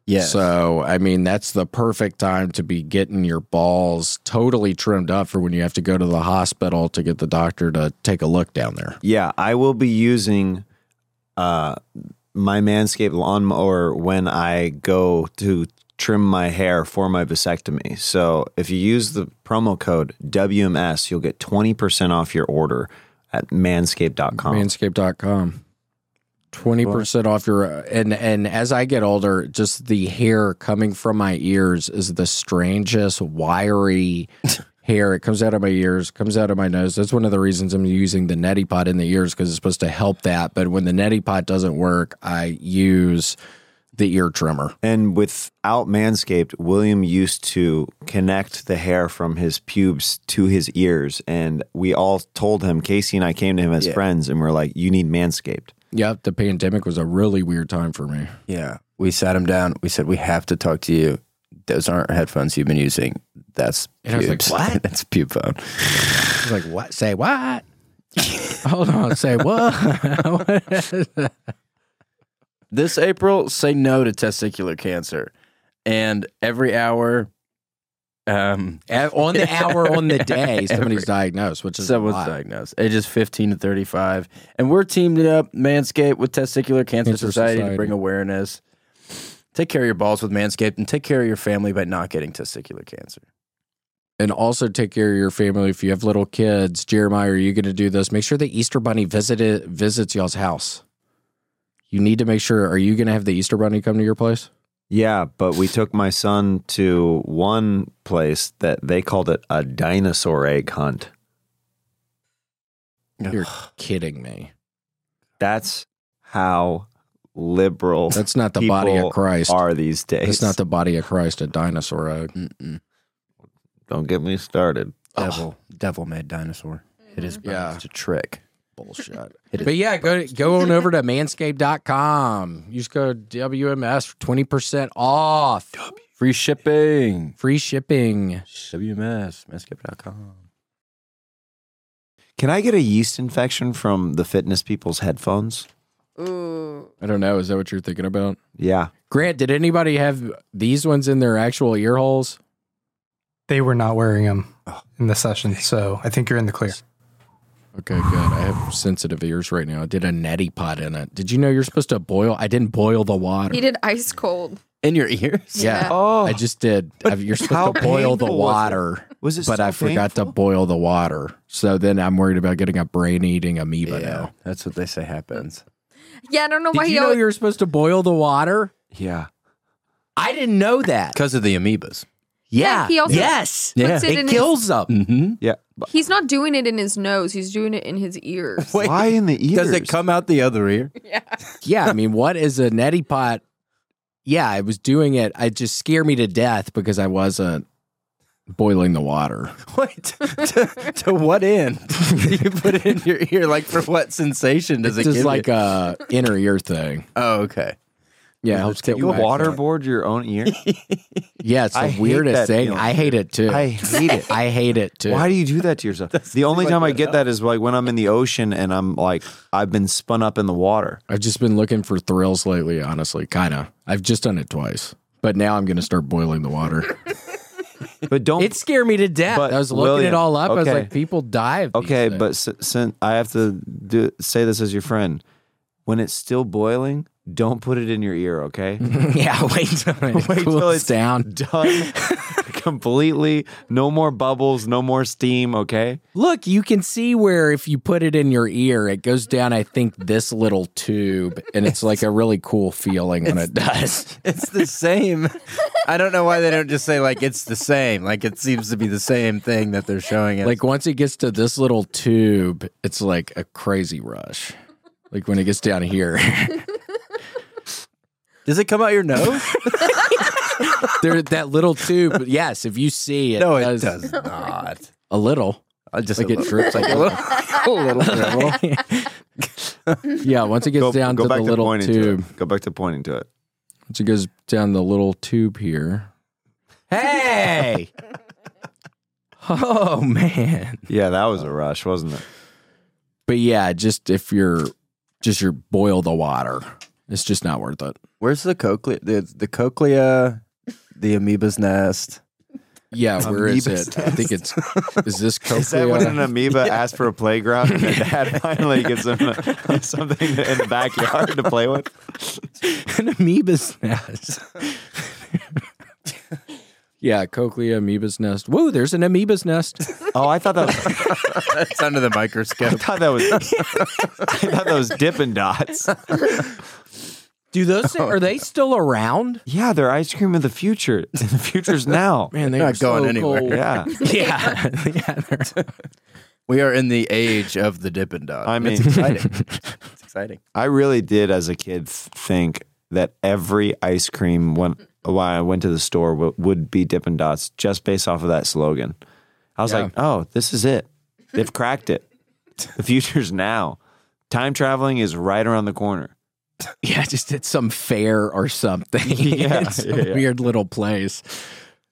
S5: Yes.
S2: So I mean that's the perfect time to be getting your balls totally trimmed up for when you have to go to the hospital to get the doctor to take a look down there.
S3: Yeah, I will be using uh, my Manscaped lawnmower when I go to trim my hair for my vasectomy. So if you use the promo code WMS, you'll get 20% off your order at
S2: Oh.
S3: manscaped.com.
S2: Manscaped.com. 20% off your and and as I get older, just the hair coming from my ears is the strangest *laughs* wiry hair. It comes out of my ears, comes out of my nose. That's one of the reasons I'm using the neti pot in the ears because it's supposed to help that. But when the neti pot doesn't work, I use the ear trimmer.
S3: And without Manscaped, William used to connect the hair from his pubes to his ears. And we all told him, Casey and I came to him as
S5: Yeah.
S3: friends, and we're like, you need Manscaped.
S2: Yep, the pandemic was a really weird time for me.
S5: Yeah. We sat him down. We said, We have to talk to you. Those aren't headphones you've been using. That's
S2: And I was like,
S5: pubes. *laughs*
S2: "What?"
S5: That's pube phone.
S2: I was like, what? Say what? *laughs* Hold on, say *laughs* what?
S5: This April, say no to testicular cancer. And every hour, um,
S2: *laughs* At- on the hour on the day *laughs*
S5: Every-
S2: somebody's diagnosed, which is
S5: someone's
S2: a lot.
S5: diagnosed. Ages 15 to 35. And we're teamed up, Manscaped, with Testicular Cancer,
S2: Cancer
S5: Society,
S2: Society.
S5: to bring awareness. Take care of your balls with Manscaped and take care of your family by not getting testicular cancer.
S2: And also take care of your family if you have little kids. Jeremiah, are you going to do this? Make sure the Easter Bunny visited visits y'all's house. You need to make sure. Are you going to have the Easter Bunny come to your place?
S3: Yeah, but we took my son to one place that they called it a dinosaur egg hunt.
S2: You're kidding me.
S3: That's how liberal
S2: That's not the body
S3: People
S2: of Christ.
S3: are these days.
S2: That's not the body of Christ. A dinosaur uh, egg.
S5: Mm-mm.
S3: Don't get me started.
S5: Devil, devil made dinosaur. It is
S2: Yeah.
S5: it's a trick.
S2: Bullshit.
S5: It is-
S2: but yeah, go go on over to manscaped.com. Use code WMS for 20% off.
S5: Free shipping.
S2: Free shipping.
S5: WMS, manscaped.com.
S3: Can I get a yeast infection from the fitness people's headphones?
S6: Ooh.
S2: I don't know. Is that what you're thinking about?
S3: Yeah.
S2: Grant, did anybody have these ones in their actual ear holes?
S4: They were not wearing them
S3: Oh.
S4: in the session, so I think you're in the clear.
S2: Okay, good. I have sensitive ears right now. I did a neti pot in it. Did you know you're supposed to boil? I didn't boil the water.
S6: He did ice cold.
S5: In your ears?
S2: Yeah.
S3: Oh,
S2: I just did. I've- You're
S3: how
S2: supposed to boil the
S3: painful was it?
S2: water,
S3: was it?
S2: but
S3: so
S2: I forgot
S3: painful?
S2: to boil the water. So then I'm worried about getting a brain eating amoeba
S5: *laughs* Yeah,
S2: now.
S5: that's what they say happens.
S6: Yeah, I don't know
S2: Did
S6: why he
S2: you know
S6: always.
S2: you're supposed to boil the water?
S3: Yeah.
S2: I didn't know that.
S5: Because of the amoebas.
S2: Yeah.
S6: he also-
S2: yes.
S5: Yeah.
S6: puts it
S2: It
S6: in
S2: kills them.
S5: Mm-hmm.
S3: Yeah.
S6: His, he's not doing it in his nose. He's doing it in his ears.
S5: Wait,
S3: Why in the ears?
S5: does it come out the other ear?
S6: yeah.
S2: Yeah, I mean, what is a neti pot? Yeah, I was doing it. It just scared me to death because I wasn't boiling the
S3: *laughs*
S2: water.
S5: Wait, *laughs* to, to what end *laughs* do you put it in your ear? Like for what sensation does
S2: It's
S5: it
S2: just
S5: give
S2: like
S5: you?
S2: a inner ear thing.
S5: oh, okay.
S2: Yeah, it helps get
S3: You
S2: wet.
S3: waterboard your own ear?
S2: *laughs* Yeah, it's the
S3: I hate
S2: weirdest
S3: that
S2: thing.
S3: feeling.
S2: I hate it too.
S3: I
S2: I,
S3: hate
S2: *laughs*
S3: it.
S2: hate it too.
S3: Why do you do that to yourself? The only time I get that is like when I'm in the ocean and I'm like, I've been spun up in the water.
S2: I've just been looking for thrills lately. Honestly, kind of. I've just done it twice, but now I'm gonna start boiling
S3: *laughs*
S2: the water.
S3: But don't.
S2: it scared me to death.
S3: But,
S2: I was looking
S3: William,
S2: it all up. I was
S3: okay.
S2: like, people die. Of these
S3: okay,
S2: things.
S3: but s- since I have to do, say this as your friend, when it's still boiling, Don't put it in your ear,
S2: *laughs*
S3: okay?
S2: yeah, wait till it
S3: *laughs* Wait till
S2: cools
S3: it's
S2: down.
S3: Done *laughs* completely. No more bubbles, no more steam, okay?
S2: Look, you can see where if you put it in your ear, it goes down, I think, this little tube, and it's like a really cool feeling when it does.
S5: *laughs* It's the
S2: *laughs*
S5: same. I don't know why they don't just say like it's the same. Like it seems to be the same thing that they're showing us.
S2: Like once it gets to this little tube, it's like a crazy rush. Like when it gets down here, *laughs*
S5: does it come out your
S2: *laughs*
S5: nose?
S2: there that little tube. Yes, if you see it,
S5: no, it
S2: does
S5: does not.
S2: a little.
S5: I just *laughs*
S2: Like
S5: a
S2: it
S5: little-
S2: drips like *laughs* a little.
S5: a little dribble. *laughs*
S2: yeah, once it gets down to the little
S3: pointing to
S2: tube,
S3: it. Go back to pointing to it.
S2: once it goes down the little tube here. Hey! oh man.
S3: *laughs* Yeah, that was a rush, wasn't it?
S2: But yeah, just if you're just your boil the water. It's just not worth it.
S5: Where's the cochlea? The, the cochlea, the amoeba's nest. *laughs*
S2: Yeah, where is it? I think it's is uh, this
S3: *laughs*
S2: cochlea?
S3: Is that when an amoeba
S2: *laughs*
S3: asked for a playground and the dad finally gets him a- *laughs* something in the backyard to play with?
S2: *laughs* an amoeba's nest. *laughs* yeah, cochlea, amoeba's nest. Whoa, there's an amoeba's nest.
S3: Oh, I thought that was,
S5: It's under the microscope.
S2: *laughs*
S3: I thought that was *laughs* I thought that was Dippin' Dots. *laughs*
S2: Do those
S3: Oh,
S2: are they still around?
S3: Yeah, they're ice cream of the future. *laughs* The future's now.
S2: Man, they're
S5: They're not going
S2: so
S5: anywhere.
S2: cold.
S3: Yeah.
S2: *laughs* Yeah. yeah they're-
S5: We are in the age of the Dippin' Dog.
S3: I
S5: it's
S3: mean-
S2: *laughs*
S5: exciting. it's exciting.
S3: I really did as a kid th- think that every ice cream when while I went to the store w- would be Dippin' Dots just based off of that slogan. I was like, oh, this is it. They've cracked it. The future's now. Time traveling is right around the corner.
S2: yeah, just at some fair or something. *laughs*
S3: Yeah,
S2: It's some
S3: yeah, yeah.
S2: weird little place.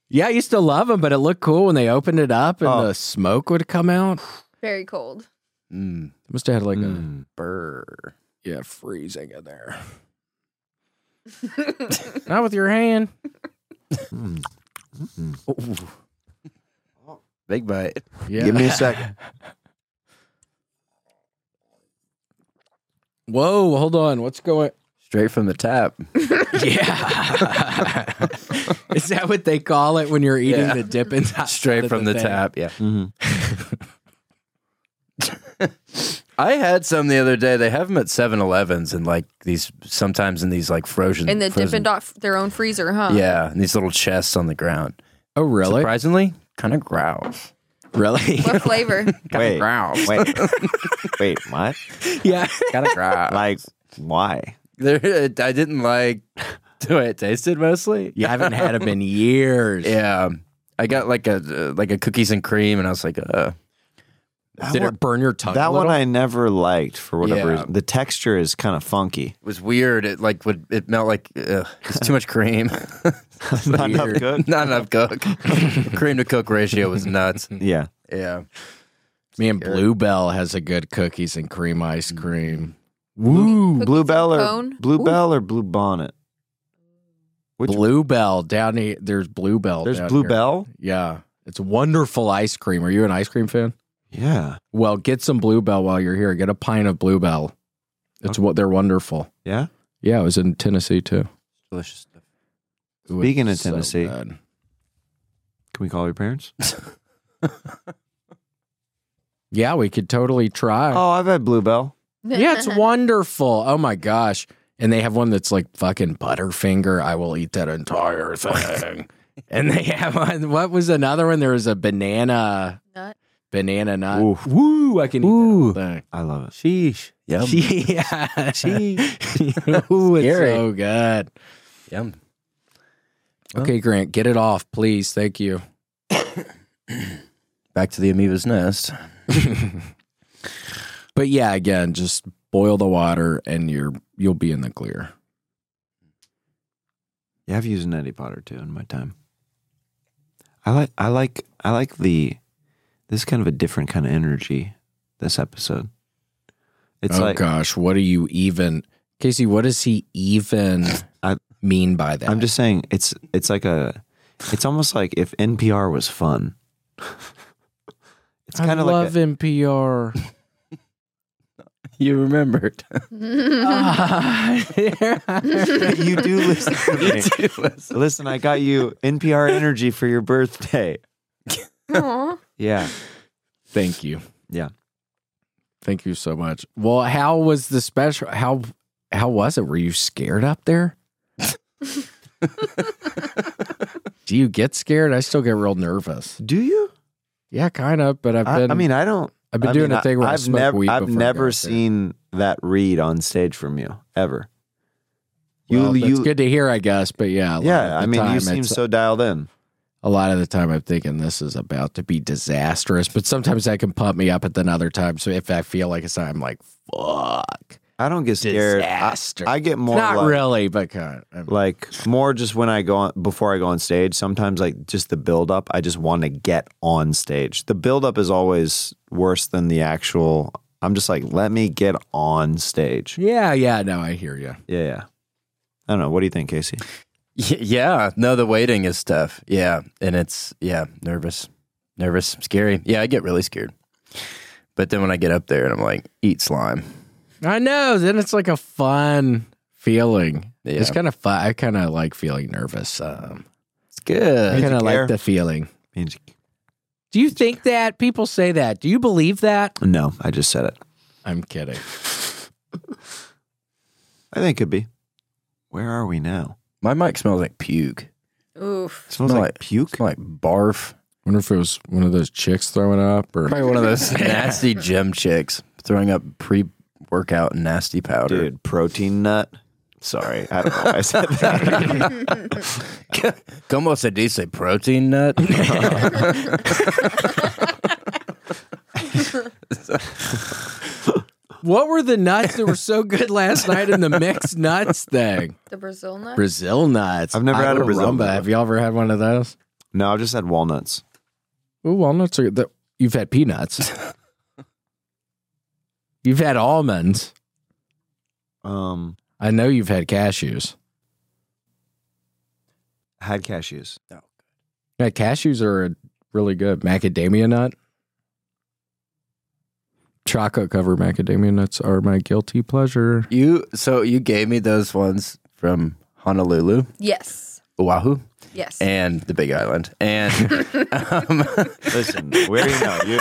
S2: Yeah, I used to love them, but it looked cool when they opened it up and
S3: Oh.
S2: the smoke would come out.
S6: Very cold.
S5: Mm,
S2: They must have had like
S3: Mm.
S5: burr.
S2: a yeah freezing in there. Not with your hand.
S5: Big bite.
S2: Yeah.
S8: Give me a second.
S2: Whoa, hold on. What's going?
S5: Straight from the tap.
S2: Yeah. Is that what they call it when you're eating
S5: Yeah.
S2: the dipping?
S5: Straight from the
S2: thing? Mm-hmm.
S5: tap. Yeah.
S3: Mhm.
S5: *laughs* I had some the other day. They have them at 7-Elevens and like these sometimes in these like frozen
S6: In the
S5: frozen-
S6: Dippin' Dot, their own freezer, huh?
S5: Yeah, and these little chests on the ground.
S2: Oh, really?
S5: Surprisingly, kind of grouse.
S2: Really?
S6: What flavor?
S3: Wait, *laughs*
S5: Grouse.
S3: wait, wait, what?
S2: *laughs* yeah.
S5: kind of grouse.
S3: Like, why?
S5: *laughs* There, I didn't like *laughs* the way it tasted mostly.
S2: You haven't had them in years.
S5: Yeah, I got like a uh, like a cookies and cream, and I was like, uh,
S2: Did it burn your tongue?
S3: That
S2: a
S3: one
S2: little?
S3: I never liked for whatever
S5: Yeah.
S3: reason. The texture is kind of funky. *laughs*
S5: it was weird. It like would it melt like uh, it's too much cream, *laughs*
S3: Not enough
S2: Weird.
S3: good.
S5: not enough cook.
S3: *laughs*
S5: cream to cook ratio was nuts.
S3: Yeah.
S5: Yeah,
S2: Me and Bluebell has a good cookies and cream ice cream.
S3: Woo.
S6: Cookies
S3: Bluebell
S6: and
S3: or
S6: cone? *laughs*
S3: Bluebell or Blue Bonnet? Which-
S2: Bluebell down here. There's Bluebell.
S3: There's
S2: down here.
S3: Bluebell.
S2: Yeah, it's wonderful ice cream. Are you an ice cream fan?
S3: Yeah.
S2: Well, get some Bluebell while you're here. Get a pint of Bluebell. It's what they're wonderful.
S3: Yeah.
S2: Yeah, it was in Tennessee too.
S5: delicious stuff.
S2: It was
S3: Speaking of
S2: so
S3: Tennessee.
S2: good.
S3: Can we call your parents?
S2: yeah, we could totally try.
S3: Oh, I've had Bluebell.
S6: *laughs*
S2: Yeah, it's wonderful. Oh my gosh. And they have one that's like fucking Butterfinger. I will eat that entire
S3: *laughs*
S2: thing. and they have one. What was another one? There was a banana,
S6: Nut.
S2: banana nut.
S3: Oof.
S2: Woo, I can eat
S5: Ooh.
S2: that
S3: I love it.
S5: Sheesh,
S2: whole
S5: yum, *laughs*
S2: thing. Yeah.
S3: *laughs*
S2: Ooh, it's
S3: uh,
S5: Scary.
S2: so good.
S5: yum.
S2: Okay, Grant, get it off, please. Thank you.
S5: Back to the amoeba's nest.
S2: But yeah, again, just boil the water and you're you'll be in the clear.
S3: Yeah, I've used an Eddie Potter too in my time. I like I like I like the this is kind of a different kind of energy this episode. It's
S2: oh
S3: like
S2: gosh, what are you even Casey, what does he even
S3: *sighs* I-
S2: mean by that?
S3: I'm just saying it's it's like a it's almost like if NPR was fun. *laughs* it's kind of
S2: I
S3: like a-
S2: love NPR.
S5: You remembered.
S3: *laughs* you do listen
S5: *laughs*
S3: to me. Listen, I got
S2: *laughs*
S3: you NPR Energy for your birthday.
S6: Aw.
S3: Yeah.
S2: *laughs* Thank you.
S3: Yeah.
S2: Thank you so much. Well, how was the special? How how was it? Were you scared
S3: *laughs*
S2: up there? Do you get scared? I still get real nervous.
S3: Do you?
S2: Yeah, kind of. But I've
S3: I,
S2: been.
S3: I mean, I don't.
S2: I've been
S3: I
S2: doing
S3: mean,
S2: a thing where I,
S3: I've
S2: smoke
S3: never,
S2: weed.
S3: I've
S2: before I go
S3: never
S2: up there.
S3: seen that read on stage from you ever. You,
S2: Well, that's
S3: you,
S2: good to hear, I guess. But yeah, a lot of
S3: yeah.
S2: the
S3: I mean,
S2: time
S3: you seem
S2: it's-
S3: so dialed in.
S2: a lot of the time I'm thinking this is about to be disastrous, but sometimes that can pump me up. But then other times, so if I feel like it's, I'm like, fuck,
S3: I don't get scared. I,
S2: disaster.
S3: I get more
S2: Not
S3: like,
S2: really, but kind of,
S3: like more just when I go on before I go on stage. Sometimes like just the build up. I just want to get on stage. The build up is always worse than the actual. I'm just like, let me get on stage.
S2: yeah, yeah. No, I hear you.
S3: Yeah, yeah. I don't know. What do you think, Casey?
S5: Y- Yeah, no, the waiting is tough. Yeah, and it's yeah, nervous, nervous, scary. Yeah, I get really scared. But then when I get up there and I'm like, eat slime.
S2: I know. Then it's like a fun feeling.
S5: Yeah.
S2: It's kind of fun. I kind of like feeling nervous. Um,
S5: It's good.
S2: I kind of
S3: care?
S2: like the feeling.
S3: Means-
S2: Do you think that people say that? Do you believe that?
S3: No, I just said it.
S2: I'm kidding.
S3: I think it could be. Where are we now?
S5: My mic smells like puke.
S6: Oof.
S3: *laughs* It smells
S5: Smell
S3: like,
S5: like-
S3: puke.
S5: It's like barf.
S2: Wonder if it was one of those chicks throwing up or
S5: Probably one
S3: *laughs*
S5: of those nasty gym chicks throwing up pre-workout nasty powder.
S3: Dude, protein nut. Sorry, I don't know. Why I said that. *laughs*
S5: Como se dice
S3: *laughs*
S5: protein nut?
S2: What were the nuts that were so good last night in the mixed nuts thing?
S6: The Brazil nut?
S2: Brazil nuts.
S3: I've never had a
S2: Agua
S3: Brazil
S2: rumba.
S3: nut.
S2: Have you ever had one of those?
S3: no, I've just had walnuts.
S2: Ooh, walnuts are. The, you've had peanuts. *laughs* you've had almonds.
S3: Um,
S2: I know you've had cashews.
S3: had cashews.
S2: Yeah, cashews are really good. Macadamia nut. Chocolate covered macadamia nuts are my guilty pleasure.
S5: you so you gave me those ones from Honolulu,
S6: yes.
S5: Oahu,
S6: Yes.
S5: and the Big Island,
S3: *laughs*
S5: and um,
S3: Listen, we already know you.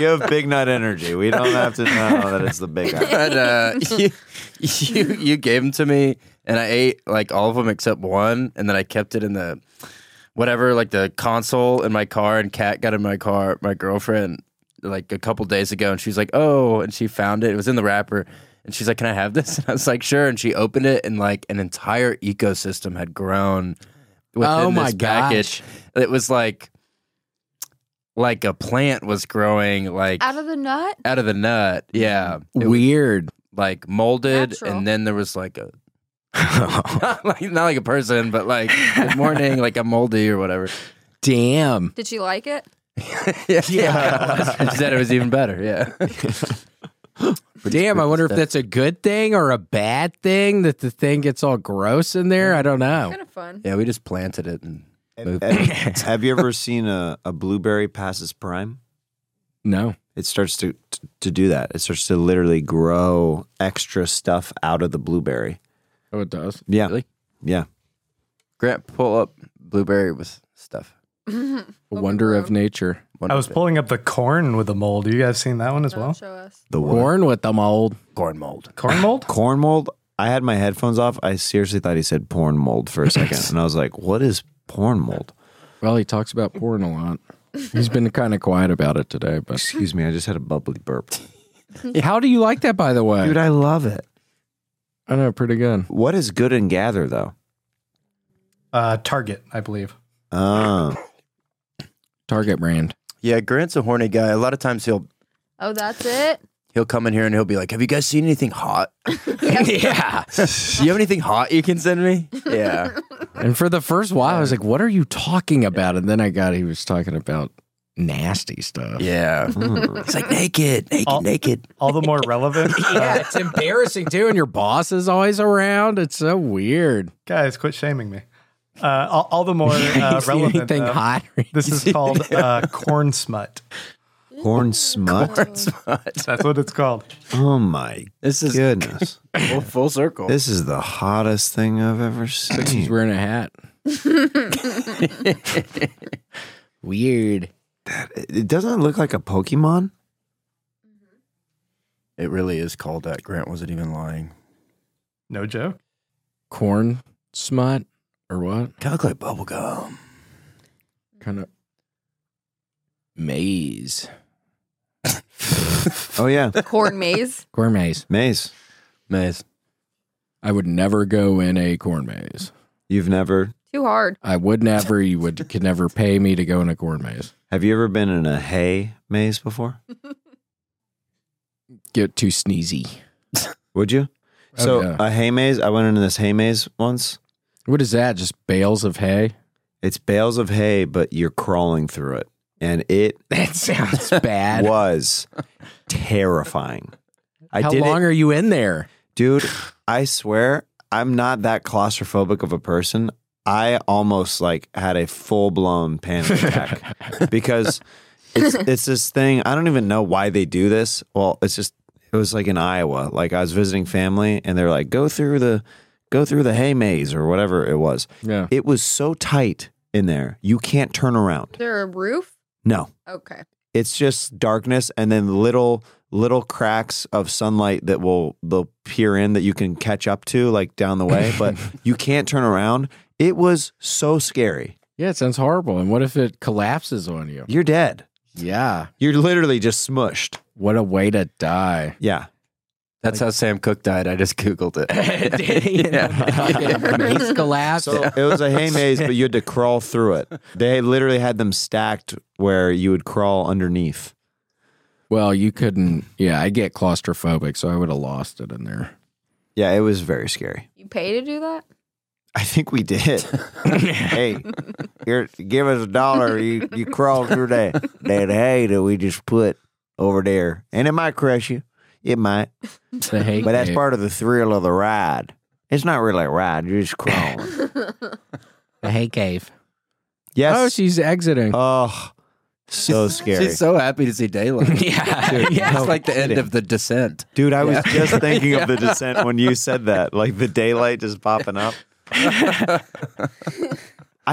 S3: You have big nut energy. We don't have to know that it's the big. *laughs* Nut.
S5: but uh,
S2: *laughs*
S5: you, you you gave them to me, and I ate like all of them except one, and then I kept it in the whatever, like the console in my car. And Kat got in my car, my girlfriend, like a couple days ago, and she's like, "Oh," and she found it. It was in the wrapper. And she's like, "Can I have this?" *laughs* And I was like, "Sure." And she opened it, and like an entire ecosystem had grown within
S2: Oh my
S5: this package. It was like, like a plant was growing, like
S6: Out of the nut?
S5: out of the nut. Yeah, It
S2: Weird.
S5: like molded,
S6: Natural.
S5: and then there was like a *laughs* like not like a person, but like good morning, like a moldy or whatever.
S2: Damn.
S6: Did she like it?
S5: *laughs* yeah, yeah. she said it was even better. *laughs* Yeah,
S2: Damn, I wonder if that's a good thing or a bad thing that the thing gets all gross in there. I don't know.
S6: Kind of fun.
S5: yeah. We just planted it and moved.
S3: Have,
S5: *laughs*
S3: have you ever seen a, a blueberry pass its prime?
S2: No.
S3: It starts to, to do that. It starts to literally grow extra stuff out of the blueberry.
S2: Oh, it does.
S3: Yeah,
S5: Really?
S3: yeah.
S5: Grant, pull up blueberry with stuff.
S2: A wonder of nature.
S5: One
S4: I was pulling up the corn with the mold. You guys seen that one as
S6: Don't
S4: well?
S6: show us.
S3: The what?
S2: Born with the mold.
S5: corn mold.
S3: *laughs*
S4: Corn mold?
S3: corn mold. I had my headphones off. I seriously thought he said porn mold for a *laughs* second, and I was like, "What is porn mold?"
S2: Well, he talks about porn a lot. He's been kind of quiet about it today,
S4: *laughs*
S2: but
S3: Excuse me, I just had a bubbly burp.
S2: how do you like that, by the way?
S3: Dude, I love it.
S2: I know, pretty good.
S3: What is good and gather though?
S4: Uh, Target, I believe.
S3: *laughs* Oh,
S2: Target brand.
S5: Yeah, Grant's a horny guy. A lot of times he'll
S6: Oh, that's it?
S5: he'll come in here and he'll be like, "Have you guys seen anything hot? *laughs* yeah. Do you have anything hot you can send me? Yeah.
S2: And for the first while, I was like, what are you talking about? And then I got he was talking about nasty stuff.
S5: Yeah. It's like naked, naked,
S4: All-
S5: naked.
S4: All the more
S3: *laughs*
S4: relevant.
S2: Yeah,
S4: Uh,
S2: it's embarrassing too, and your boss is always around. It's so weird.
S4: guys, quit shaming me. Uh,
S3: *laughs*
S4: all, all the more
S2: *laughs* You
S4: uh,
S2: see
S4: relevant.
S2: anything
S4: though.
S2: hot?
S4: This is called uh, corn smut.
S3: Corn smut.
S5: Corn smut.
S4: That's what it's called.
S3: Oh my
S5: This is
S3: goodness.
S5: full, full circle. *laughs*
S3: This is the hottest thing I've ever
S2: He's
S3: seen.
S2: wearing a hat. Weird.
S3: It doesn't it look like a Pokemon.
S5: it really is called that. Grant wasn't even lying.
S4: No joke.
S2: Corn smut or what?
S5: Kind of like bubblegum.
S2: Kind of maze.
S3: Oh
S2: *laughs*
S3: yeah,
S6: Corn maze.
S2: Corn maze.
S3: maze.
S5: Maze.
S2: I would never go in a corn maze.
S3: You've never.
S6: Too hard.
S2: I would never. You would could never pay me to go in a corn maze.
S3: Have you ever been in a hay maze before?
S2: Get too sneezy.
S3: Would you?
S2: Oh,
S3: so
S2: yeah.
S3: a hay maze. I went into this hay maze once.
S2: What is that? Just bales of hay?
S3: It's bales of hay, but you're crawling through it, and it
S2: That sounds
S3: *laughs*
S2: bad.
S3: was terrifying. I
S2: How
S3: did
S2: long
S3: it,
S2: are you in there?
S3: dude. I swear, I'm not that claustrophobic of a person. I almost like had a full blown panic attack because it's it's this thing. I don't even know why they do this. Well, it's just it was like in Iowa. Like I was visiting family, and they're like, go through the go through the hay maze or whatever it was.
S2: Yeah.
S3: It was so tight in there, you can't turn around.
S6: Is there a roof?
S3: No
S6: Okay.
S3: it's just darkness and then little little cracks of sunlight that will they'll peer in that you can catch up to like down the way *laughs* but you can't turn around it was so scary
S2: Yeah, it sounds horrible. And what if it collapses on you?
S3: you're dead
S2: Yeah.
S3: you're literally just smushed
S2: What a way to *laughs* die.
S3: yeah
S5: That's how Sam Cook died. I just Googled
S2: *laughs*
S5: it. Yeah.
S2: Maze collapsed.
S3: so it was a hay maze but you had to crawl through it they literally had them stacked where you would crawl underneath
S2: well, you couldn't. Yeah, I get claustrophobic, so I would have lost it in there.
S3: yeah it was very scary
S6: You pay to do that?
S3: *laughs* I think we did. hey, here, give us a dollar. You you crawl through that that hay that we just put over there, and it might crush you. It might,
S2: The hate
S3: but that's
S2: maze-
S3: part of the thrill of the ride. It's not really a ride. You're just crawling.
S2: the hay cave. Oh,
S3: Yes.
S2: she's exiting.
S3: Oh, so scary,
S5: She's so happy to see daylight.
S2: *laughs* yeah. yeah.
S5: It's
S3: no
S5: like the end
S3: kidding.
S5: of the descent.
S3: dude. I was just thinking of the descent when you said that, like the daylight just popping up. I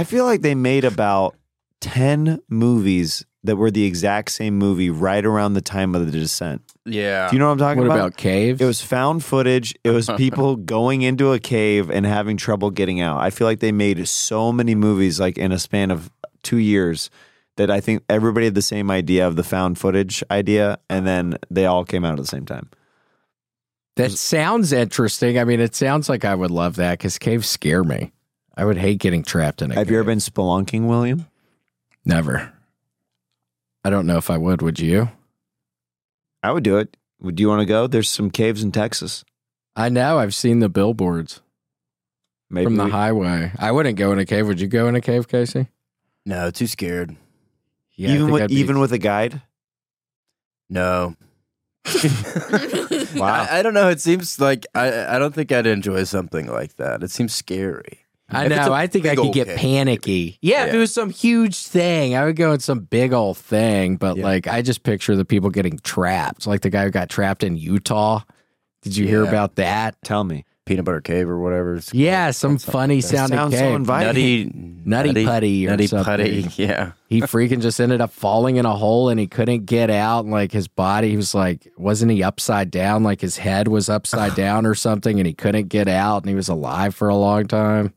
S3: feel like they made about 10 movies that were the exact same movie right around the time of the descent.
S5: Yeah.
S3: Do you know what I'm talking
S2: What
S3: about?
S2: about caves?
S3: It was found footage. It
S2: *laughs*
S3: was people going into a cave and having trouble getting out. I feel like they made so many movies like in a span of 2 years that I think everybody had the same idea of the found footage idea and then they all came out at the same time.
S2: That sounds interesting. I mean, it sounds like I would love that because caves scare me. I would hate getting trapped in a
S3: Have
S2: cave.
S3: you ever been spelunking, William?
S2: Never. I don't know if I would. Would you?
S3: I would do it. Would you want to go? There's some caves in Texas.
S2: I know. I've seen the billboards
S3: Maybe
S2: from the
S3: we-
S2: highway. I wouldn't go in a cave. Would you go in a cave, Casey?
S5: No, too scared.
S2: Yeah. I
S3: even
S2: think
S3: with
S2: I'd be-
S3: even with a guide.
S2: *laughs*
S5: No.
S3: Wow.
S5: I, I don't know. It seems like I, I don't think I'd enjoy something like that. It seems scary.
S2: I
S5: if it's
S2: know.
S5: a
S2: I think I
S5: big
S2: could
S5: old
S2: get
S5: cave,
S2: panicky. Yeah, If
S5: Yeah.
S2: it was some huge thing, I would go in some big old thing. But
S5: Yeah.
S2: like, I just picture the people getting trapped. Like the guy who got trapped in Utah. Did you hear
S5: Yeah.
S2: about that?
S3: Tell me.
S5: Peanut butter cave or whatever. It's
S2: Yeah, some
S5: something
S2: funny
S5: like that.
S2: sounding
S3: Sounds so
S2: cave.
S3: inviting.
S5: Nutty,
S2: Nutty Putty or
S5: nutty
S2: something.
S5: putty. Yeah.
S2: he freaking just ended up falling in a hole and he couldn't get out and like his body he was like wasn't he upside down like his head was
S5: *sighs*
S2: upside down or something and he couldn't get out and he was alive for a long time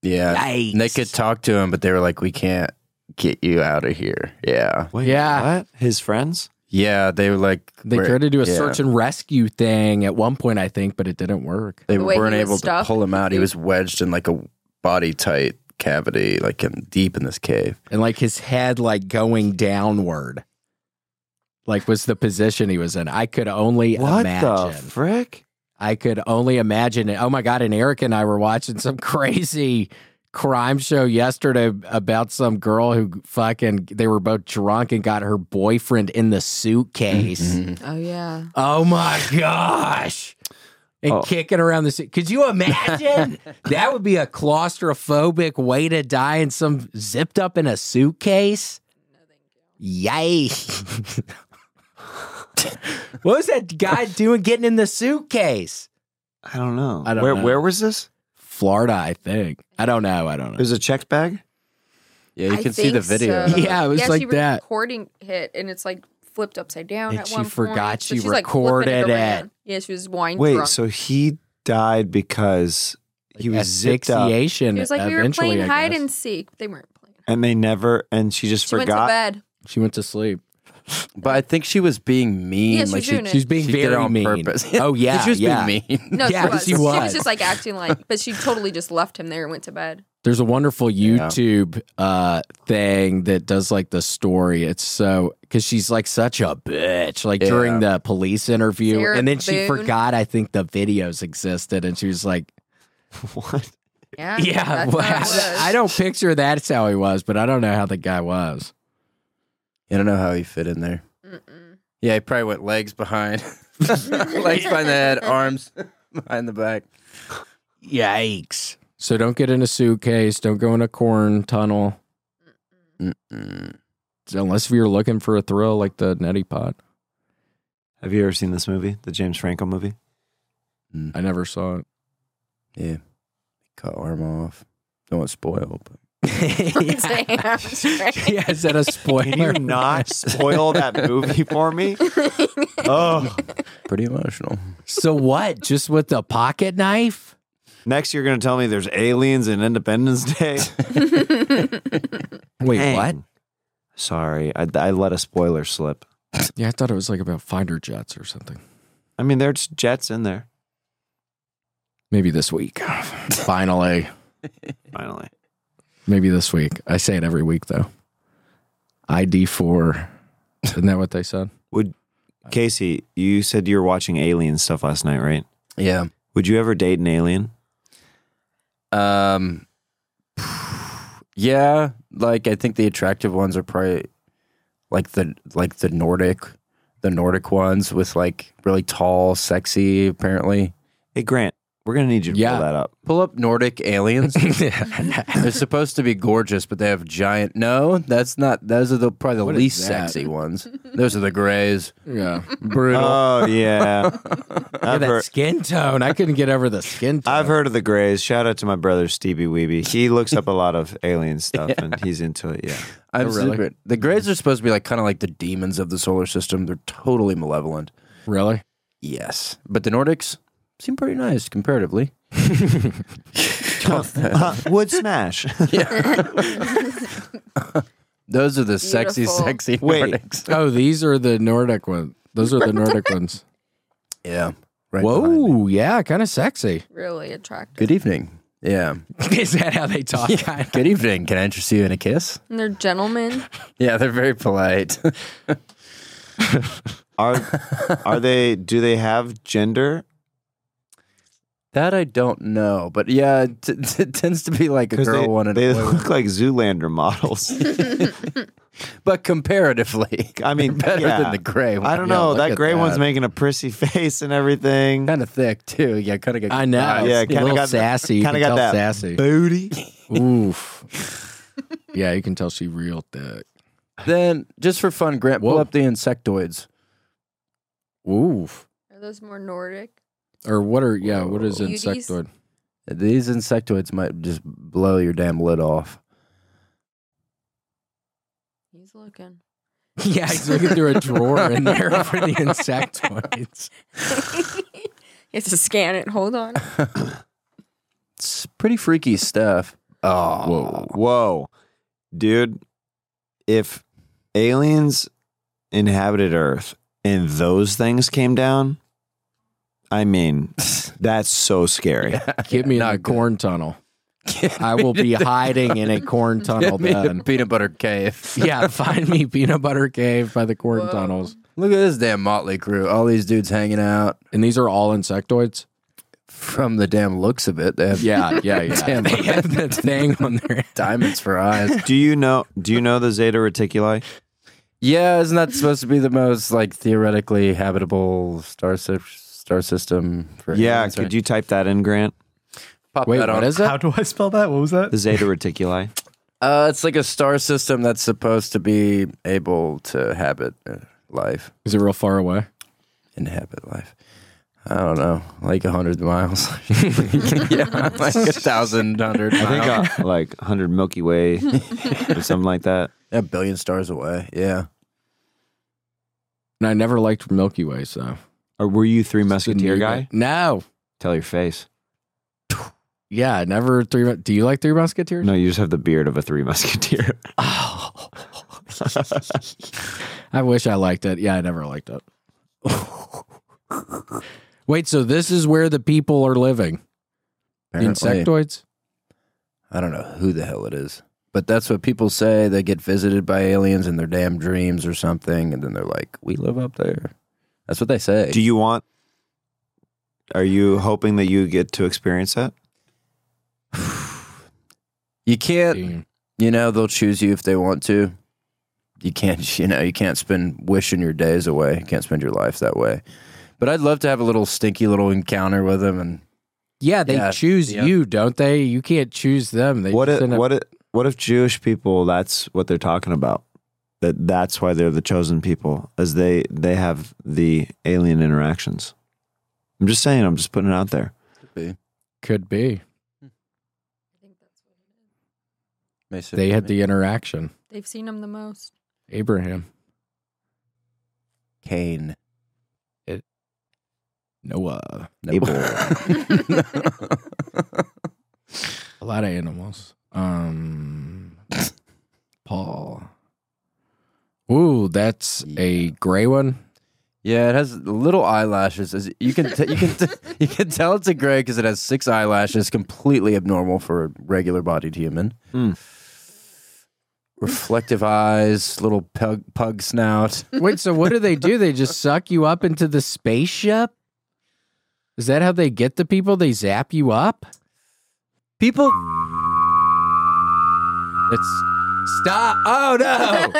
S5: Yeah.
S2: Yikes.
S5: And They could talk to him, but they were like, "We can't get you out of here." Yeah,
S3: Wait,
S2: Yeah.
S3: What? His friends?
S5: yeah. They were like,
S2: they
S5: were-
S2: tried to do a
S5: yeah.
S2: search and rescue thing at one point i think but it didn't work
S5: They
S6: The way
S5: weren't
S6: he was
S5: able to
S6: stuck.
S5: pull him out. He was wedged in like a body tight cavity, like in, deep in this cave.
S2: and like his head like going downward like was the position he was in i could only
S3: What
S2: imagine
S3: the frick?
S2: I could only imagine it. Oh my God. And Eric and I were watching some *laughs* crazy crime show yesterday about some girl who fucking, they were both drunk and got her boyfriend in the suitcase.
S3: Mm-hmm.
S6: Oh yeah.
S2: Oh my gosh. And
S3: Oh.
S2: kicking around the suit. Could you imagine? that would be a claustrophobic way to die in some zipped up in a suitcase.
S9: Yay. what was that guy doing getting in the suitcase?
S3: I don't know.
S2: I don't
S3: where
S2: know.
S3: where was this?
S2: Florida, I think. I don't know. I don't
S3: It
S2: know.
S3: was a checked bag.
S5: Yeah, you
S6: I
S5: can see the
S6: think
S5: video.
S6: so.
S2: Yeah, it was
S6: yeah,
S2: like
S6: she
S2: that.
S6: Recording hit and it's like flipped upside down.
S2: And
S6: at
S2: she
S6: one
S2: forgot
S6: point. So
S2: she
S6: she's, like, flipping
S2: recorded
S6: around.
S2: it.
S6: Yeah, she was wine
S3: Wait,
S6: drunk.
S3: so he died because he was zipped up,
S2: asphyxiation.
S6: She was like, we were
S2: eventually,
S6: playing
S2: I
S6: hide
S2: guess.
S6: and seek. They weren't playing.
S3: and they never, and she just
S6: She went to
S3: forgot.
S6: bed.
S2: She went to sleep.
S5: *laughs* But I think she was being mean.
S6: Yeah, she
S5: like
S6: was
S5: she,
S6: doing it.
S2: She's being
S5: she did it
S2: very
S5: on
S2: mean.
S5: purpose. *laughs*
S2: Oh yeah,
S5: she was
S2: yeah.
S5: being mean. *laughs*
S6: No,
S2: Yeah,
S6: she, was.
S2: she
S6: She
S2: was.
S6: was just like acting like, but she totally just left him there and went to bed.
S2: There's a wonderful YouTube uh, thing that does like the story. It's so because she's like such a bitch. Like
S5: Yeah.
S2: during the police interview,
S6: Sarah
S2: and then she
S6: Boone.
S2: forgot. I think the videos existed, and she was like,
S3: What?
S6: Yeah,
S2: *laughs* "Yeah,
S6: that's
S2: well,
S6: how it was.
S2: I don't picture that's how he was, but I don't know how the guy was."
S5: I don't know how he fit in there.
S6: Mm-mm. *laughs*
S5: Yeah, he probably went legs
S2: *laughs*
S5: behind, *laughs* legs behind the head, arms behind the back.
S9: Yikes.
S2: So don't get in a suitcase. Don't go in a corn tunnel
S5: Mm-mm.
S2: unless if you're looking for a thrill like the neti pot.
S3: Have you ever seen this movie, the James Franco
S2: *laughs*
S3: movie?
S2: I never saw it. *laughs*
S5: Yeah, cut arm off. Don't want to spoil. But
S6: Damn, straight.
S2: *laughs* yeah, is that a
S3: *laughs*
S2: spoiler?
S3: Can you not spoil that movie
S6: *laughs*
S3: for me? Oh,
S5: pretty emotional.
S2: So what? Just with the pocket knife?
S3: next you're gonna tell me there's aliens and Independence Day.
S2: *laughs* Wait, what?
S3: Dang. Sorry, I, I let a spoiler slip.
S2: Yeah, I thought it was like about finder jets or something.
S3: I mean, there's jets in there.
S2: Maybe this week. *laughs* Finally.
S3: Finally,
S2: Maybe this week. I say it every week though. ID4. Isn't that what they said?
S3: would Casey? You said you were watching alien stuff last night, right?
S5: Yeah.
S3: Would you ever date an alien?
S5: Um. Yeah, like I think the attractive ones are probably like the like the Nordic, the Nordic ones with like really tall, sexy. Apparently,
S3: Hey, Grant, we're gonna need you to
S2: Yeah.
S3: pull that up.
S5: pull up Nordic *laughs* aliens.
S2: yeah.
S5: They're supposed to be gorgeous, but they have giant. No, that's not. Those are the probably the
S2: What is
S5: least
S2: that?
S5: sexy ones. Those are the grays.
S2: *laughs* Yeah, *laughs*
S3: Oh yeah, I've,
S2: that
S3: heard,
S2: skin tone. I couldn't get over the skin tone.
S3: I've heard of the Grays. Shout out to my brother Stevie Weeby. He looks up a lot of
S2: *laughs*
S3: alien stuff and he's into it. Yeah,
S5: I'm
S2: Oh, really?
S5: super- The grays are supposed to be like kind of like the demons of the solar system. They're totally malevolent.
S2: Really?
S5: Yes, but the Nordics seem pretty nice comparatively.
S3: uh, wood
S2: *laughs*
S3: smash.
S5: Those are the sexy,
S6: Beautiful.
S5: sexy
S3: Wait.
S5: Nordics.
S2: Oh, these are the Nordic ones. Those are the Nordic
S3: *laughs*
S2: ones.
S5: Yeah. Right behind me.
S2: Whoa, yeah, kind
S3: *laughs*
S2: of sexy.
S6: *laughs* really attractive.
S5: Good evening. Yeah.
S2: Is that how they talk?
S5: Good evening. Can I interest you in a kiss?
S6: And they're gentlemen.
S5: Yeah, they're very polite. *laughs*
S3: Are are they? Do they have gender?
S5: that I don't know, but yeah, it, t- t- it tends to be like a
S3: 'Cause
S5: girl
S3: they,
S5: one
S3: *laughs*
S5: and
S3: they
S5: a boy one.
S3: look like Zoolander
S5: *laughs*
S3: models. *laughs*
S5: But comparatively, *laughs*
S3: I mean,
S5: better
S3: yeah.
S5: than the gray one.
S3: I don't
S5: Yeah,
S3: know.
S5: look
S3: That
S5: at
S3: gray one's
S5: that.
S3: making a prissy *laughs* face and everything.
S5: kind of thick too. Yeah, kind of.
S2: I know.
S3: yeah,
S2: it's a
S3: kinda
S2: little
S3: got that-
S2: sassy. You
S3: kinda
S2: can
S3: got that
S2: tell sassy.
S3: Booty.
S5: *laughs*
S2: Oof.
S3: *laughs*
S2: yeah, you can tell she real thick.
S5: Then just for fun, Grant, pull
S2: Whoa.
S5: up the insectoids.
S2: Oof.
S6: Are those more Nordic?
S2: Or what are yeah? What is
S6: Beauties.
S2: insectoid?
S5: These insectoids might just blow your damn lid off.
S6: He's looking.
S2: *laughs* Yeah, he's looking through a drawer in there for *laughs* the insectoids.
S6: you have to scan it. Hold on.
S5: It's pretty freaky stuff. Oh, *laughs*
S3: Whoa. Dude, if aliens inhabited Earth and those things came down, I mean, that's so
S5: *laughs*
S3: scary.
S2: *laughs* Get me in
S5: Not
S2: a
S5: good.
S2: corn tunnel.
S5: Get
S2: I
S5: me
S2: will
S5: to
S2: be
S5: the-
S2: hiding in *laughs* a corn
S5: get
S2: tunnel
S5: me to
S2: *laughs* then.
S5: peanut butter *laughs* cave.
S2: Yeah, find me peanut butter cave by the corn
S6: Whoa.
S2: tunnels.
S5: Look at this damn motley crew. All these dudes hanging out.
S2: And these are all insectoids.
S5: From the damn looks of it, they have
S2: Yeah, yeah, *laughs* yeah.
S5: *laughs* Damn.
S2: They have the thing on their
S5: diamonds for eyes.
S3: Do you know do you know the Zeta Reticuli?
S5: Yeah, isn't that supposed to be the most like theoretically habitable star sy- star system? For
S3: Yeah,
S5: aliens, right?
S3: could you type that in, Grant?
S5: pop
S2: Wait,
S5: that on?
S2: what is it?
S4: How do I spell that? What was that?
S5: *laughs*
S3: The Zeta Reticuli.
S5: Uh, it's like a star system that's supposed to be able to habit uh, life,
S2: Is it real far away?
S5: inhabit life. I don't know, like a hundred miles. *laughs* yeah, like a thousand hundred.
S3: I think
S5: miles.
S3: uh, like 100 Milky
S5: *laughs*
S3: Way or something like that.
S5: a billion stars away.
S3: *laughs*
S5: Yeah.
S2: And I never liked Milky Way, so
S3: Or were you Three Musketeer guy?
S2: No.
S3: Tell your face.
S2: Yeah, I never three. Mu- Do you like Three Musketeers?
S3: No, you just have the beard of a Three Musketeer. *laughs*
S2: I wish I liked it. Yeah, I never liked it. Wait, so this is where the people are living?
S5: Apparently.
S2: Insectoids?
S5: I don't know who the hell it is, but that's what people say. They get visited by aliens in their damn dreams or something, and then they're like, "We live up there." That's what they say.
S3: Do you want? Are you hoping that you get to experience that?
S5: you can't
S2: Damn.
S5: you know they'll choose you if they want to you can't *laughs* you know you can't spend wishing your days away you can't spend your life that way but i'd love to have a little stinky little encounter with them and
S2: Yeah, they
S5: Yeah.
S2: choose
S5: Yeah.
S2: you, don't they? You can't choose them. They
S3: what
S2: just
S3: if,
S2: end up-
S3: what if, what if Jewish people? That's what they're talking about. That that's why they're the chosen people, as they they have the alien interactions. I'm just saying. I'm just putting it out there.
S2: could be?
S5: Mason,
S2: They had the interaction.
S6: They've seen him the most.
S2: Abraham,
S5: Cain.
S2: Noah,
S5: Abel.
S2: *laughs* a lot of animals. Um,
S5: *laughs*
S2: Paul. Ooh, that's a gray one.
S5: *laughs* yeah, it has little eyelashes. As- You can t- you can t- *laughs* you can tell it's a gray because it has six eyelashes, completely abnormal for a regular bodied human.
S3: Hmm.
S5: Reflective eyes, little pug, pug snout.
S2: Wait, so what do they do?
S5: *laughs*
S2: They just suck you up into the spaceship? Is that how they get the people? They zap you up?
S5: People
S2: It's stop. Oh no.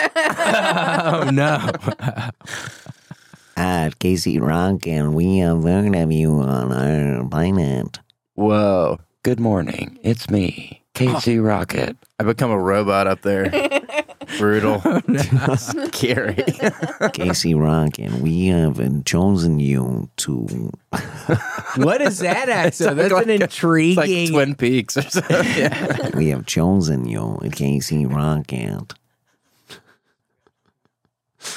S2: oh no.
S3: Ah,
S10: At Casey Rock, and we have heard of you on our planet.
S5: Whoa. Good morning. It's me, KC Rocket. I become a robot up *laughs* there. *laughs* Brutal. *laughs* Scary.
S10: Casey Rock, and we have chosen you to.
S2: What is that accent? That's
S5: like
S2: an
S5: a- It's
S2: intriguing.
S5: like Twin Peaks or
S2: *laughs*
S5: something. Yeah.
S10: We have chosen you, Casey
S3: *laughs*
S10: Rocket.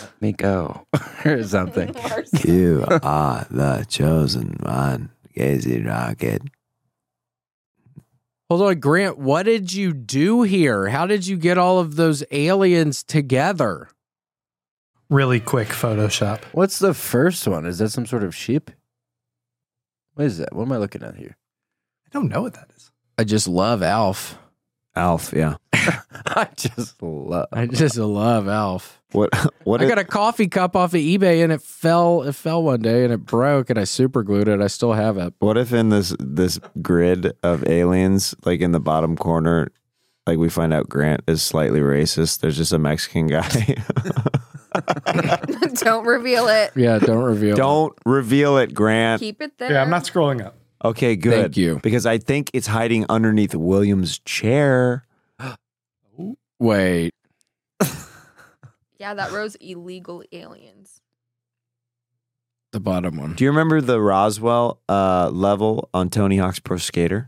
S5: Let me go. *laughs* or something.
S3: you are the chosen one, Gazy Rocket.
S2: Hold on, Grant. What did you do here? How did you get all of those aliens together?
S4: Really quick Photoshop.
S5: What's the first one? Is that some sort of sheep? What is that? What am I looking at here?
S4: I don't know what that is.
S2: I just love Alf.
S3: Alf, yeah.
S5: *laughs* I just love.
S2: *laughs* I just love Alf.
S3: What *laughs* what
S2: I
S3: if-
S2: got a coffee cup off of eBay and it fell. It fell one day and it broke and I super glued it. I still have it.
S3: What if in this this grid of aliens, like in the bottom corner, like we find out Grant is slightly racist. There's just a Mexican guy.
S6: *laughs*
S3: *laughs*
S6: Don't reveal
S3: *laughs*
S6: it.
S2: Yeah, *laughs* don't reveal.
S3: Don't reveal it, Grant.
S6: Keep it there.
S4: Yeah, I'm not scrolling up.
S3: Okay, good.
S2: Thank you.
S3: Because I think it's hiding underneath William's chair.
S2: wait.
S6: Yeah, that rose illegal aliens. *laughs*
S2: The bottom one.
S3: Do you remember the Roswell uh, level on Tony Hawk's Pro Skater?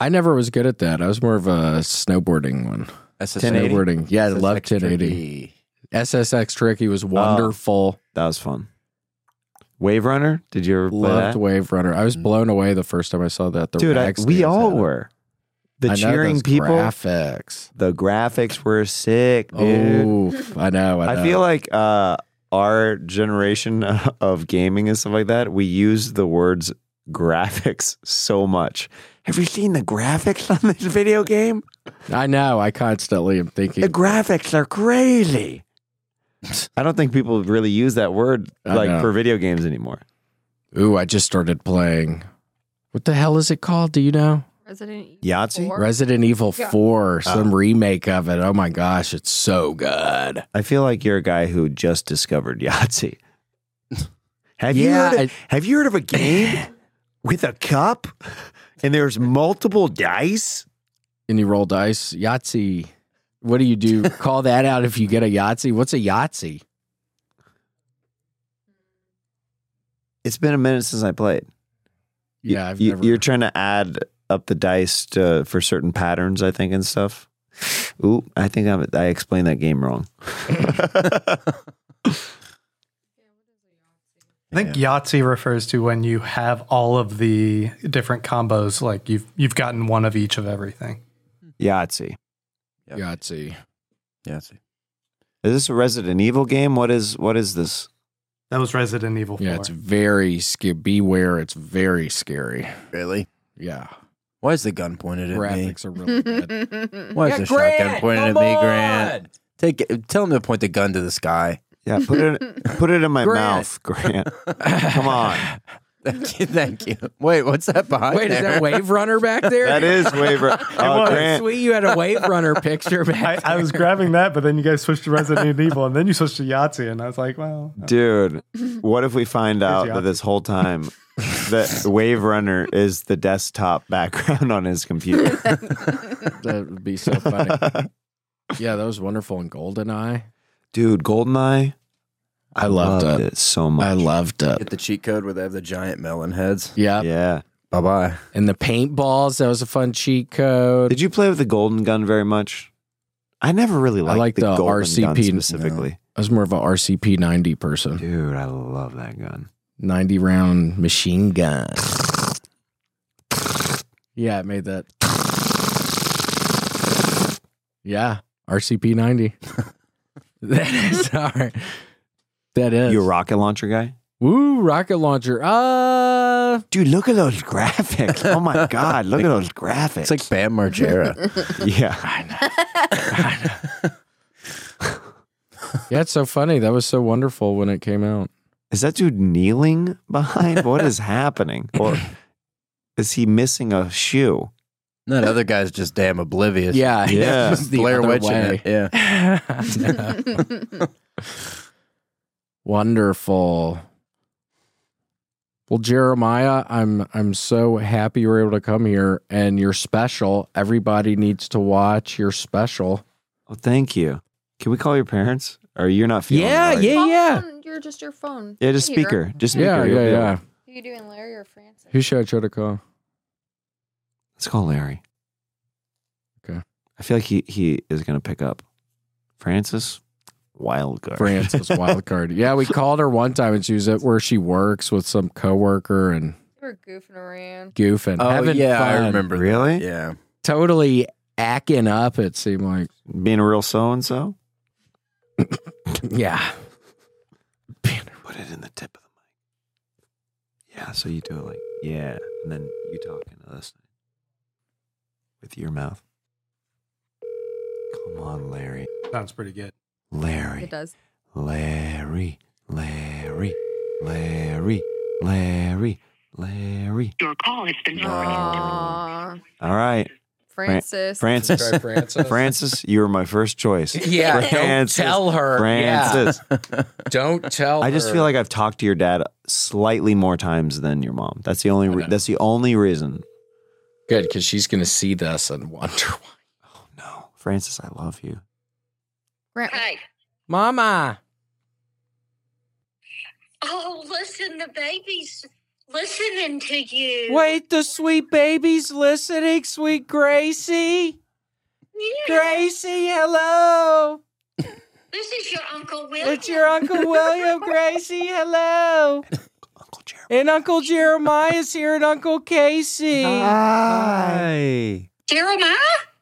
S2: I never was good at that. I was more of a snowboarding one. Snowboarding. Yeah, I love 1080. SSX Tricky was wonderful.
S3: That was fun. Wave Runner? Did you ever play
S2: Loved
S3: that? Mm.
S2: Wave Runner. I was blown away the first time I saw that. The
S3: Dude, I,
S2: rack
S3: we
S2: stands
S3: all
S2: had it.
S3: were. The
S2: I know
S3: cheering
S2: those
S3: people.
S2: Graphics.
S3: the graphics were sick, dude.
S2: Oh, I know.
S3: *laughs*
S2: I,
S3: I
S2: know.
S3: feel like uh, our generation *laughs* of gaming and stuff like that, we use the words *laughs* graphics so much. Have you seen the graphics on this video game?
S2: I know. I constantly am
S3: The
S2: thinking.
S3: graphics are crazy. I don't think people really use that word
S2: I
S3: like
S2: know.
S3: for video games anymore.
S2: Ooh, I just started playing. What the hell is it called? Do you know?
S6: Resident Evil.
S3: Yahtzee?
S6: 4. *laughs*
S2: Resident Evil
S6: Yeah.
S3: Uh.
S2: 4, some remake of it. Oh my gosh, it's so good.
S3: I feel like you're a guy who just discovered *laughs* Yahtzee. Have
S2: Yeah,
S3: you heard
S2: I-
S3: of, have you heard of a *laughs* game with a cup and there's multiple dice?
S2: and you roll dice. Yahtzee. What do you
S3: *laughs*
S2: do? Call that out if you get a Yahtzee. What's a Yahtzee?
S3: It's been a minute since I played. Y-
S2: Yeah, I've
S3: y-
S2: never.
S3: You're trying to add up the dice to, for certain patterns, I think, and stuff. Ooh, I think I, I explained that game *laughs* wrong.
S4: I think Yahtzee refers to when you have all of the different combos, like you've you've gotten one of each of everything.
S3: Yahtzee.
S2: Yahtzee.
S5: Yeah. I see.
S3: Is this a Resident Evil game? What is what is this?
S4: That was Resident Evil 4.
S2: Yeah, it's very scary. Beware, it's very scary.
S5: Really?
S2: Yeah,
S5: Why is the gun pointed at me?
S2: graphics are
S6: *laughs*
S2: really good.
S5: Why is the shotgun pointed at
S11: come
S5: me, Grant?
S11: on!
S5: Take it, tell him to point the gun to the *laughs* sky.
S3: Yeah,
S6: *laughs*
S3: put it put it in my
S2: Grant.
S3: mouth, Grant. Come
S5: *laughs*
S3: on.
S5: Thank you. Thank you. Wait, what's that behind
S2: Wait, is
S5: there?
S2: that Wave Runner back there?
S3: That is waiver. Oh, Grant.
S2: Sweet, you had a Wave Runner picture
S4: I,
S2: back.
S4: I was grabbing that, but then you guys switched to *laughs* Resident Evil, and then you switched to Yahtzee, and I was like, well,
S3: Dude, what if we find out
S4: Yahtzee.
S3: that this whole time that Wave Runner is the desktop background on his computer?
S2: *laughs* that would be so funny. yeah, that was wonderful. And GoldenEye.
S3: Dude, Goldeneye.
S2: I loved
S3: loved
S2: it.
S3: it so much.
S2: I loved it.
S5: Get the cheat code where they have the giant melon heads.
S2: Yeah.
S3: yeah.
S5: Bye bye.
S2: And the paintballs. That was a fun cheat code.
S3: Did you play with the golden gun very much? I never really liked
S2: like
S3: the,
S2: the
S3: golden gun
S2: RCP.
S3: specifically.
S2: I was more of a RCP 90 person,
S3: Dude, I love that gun.
S2: 90 round machine gun. yeah, it made that. Yeah, RCP 90. *laughs* that is our. That is.
S3: You a rocket launcher guy?
S2: Woo, rocket launcher. Uh,
S3: Dude, look at those *laughs* graphics. Oh my god, look at those graphics.
S5: It's like Bam *laughs* Margera.
S3: yeah.
S2: yeah, it's so funny. That was so wonderful when it came *laughs* out.
S3: *laughs* Is that dude kneeling behind? What is happening? Or is he missing a shoe?
S5: that other guy's just damn oblivious.
S2: Yeah, that
S3: Yeah.
S2: was the
S5: Blair
S2: other
S5: Witch in
S2: way.
S5: it. Yeah.
S2: Wonderful. Well, Jeremiah, I'm I'm so happy you were able to come here and you're special. Everybody needs to watch your special.
S3: Oh, thank you. Can we call your parents? Or you're not feeling right.
S2: yeah, yeah.
S6: You're just your phone.
S3: Yeah, just
S6: I hear.
S3: speaker. Just speaker.
S2: Yeah,
S3: you'll
S2: yeah,
S3: be able-
S2: yeah.
S6: You could do in Larry or Francis.
S2: Who should I try to call?
S3: Let's call Larry.
S2: Okay.
S3: I feel like he, he is going to pick up. Francis Wildguard. *laughs*
S2: Francis *laughs* Wildcard. Yeah, we called her one time and she was at where she works with some coworker and
S6: They were goofing around.
S2: goofing.
S5: Oh,
S2: having fun.
S3: Really?
S5: Yeah.
S2: Totally acting up, it seemed like.
S3: Being a real so and so?
S2: Yeah.
S3: Put it in the tip of the mic. Yeah, so you do it like, yeah. And then you talk into this with your mouth. Come on, Larry.
S4: sounds pretty good.
S6: It
S3: Larry.
S6: does.
S3: Larry. Larry. Larry. Larry. Larry.
S12: Your call has been
S6: Aww.
S3: All right.
S6: Francis.
S3: Francis. Francis, you were my first
S6: *laughs*
S3: choice.
S2: Yeah,
S3: Francis.
S2: don't tell her. Yeah,
S3: Francis.
S2: don't tell.
S3: I just
S2: her.
S3: feel like I've talked to your dad slightly more times than your mom. That's the only re- that's the only reason.
S2: good because she's gonna see this and wonder why.
S3: No. Francis, I love you.
S6: Grant,
S2: Mama,
S12: Oh, listen, the baby's listening to you.
S2: wait, the sweet baby's listening. Sweet Gracie,
S12: Yeah.
S2: Gracie, hello.
S12: This is your Uncle William.
S2: It's your Uncle William, Gracie, hello. And Uncle Jeremiah's here, and Uncle Casey.
S3: Uh, Hi.
S12: Jeremiah,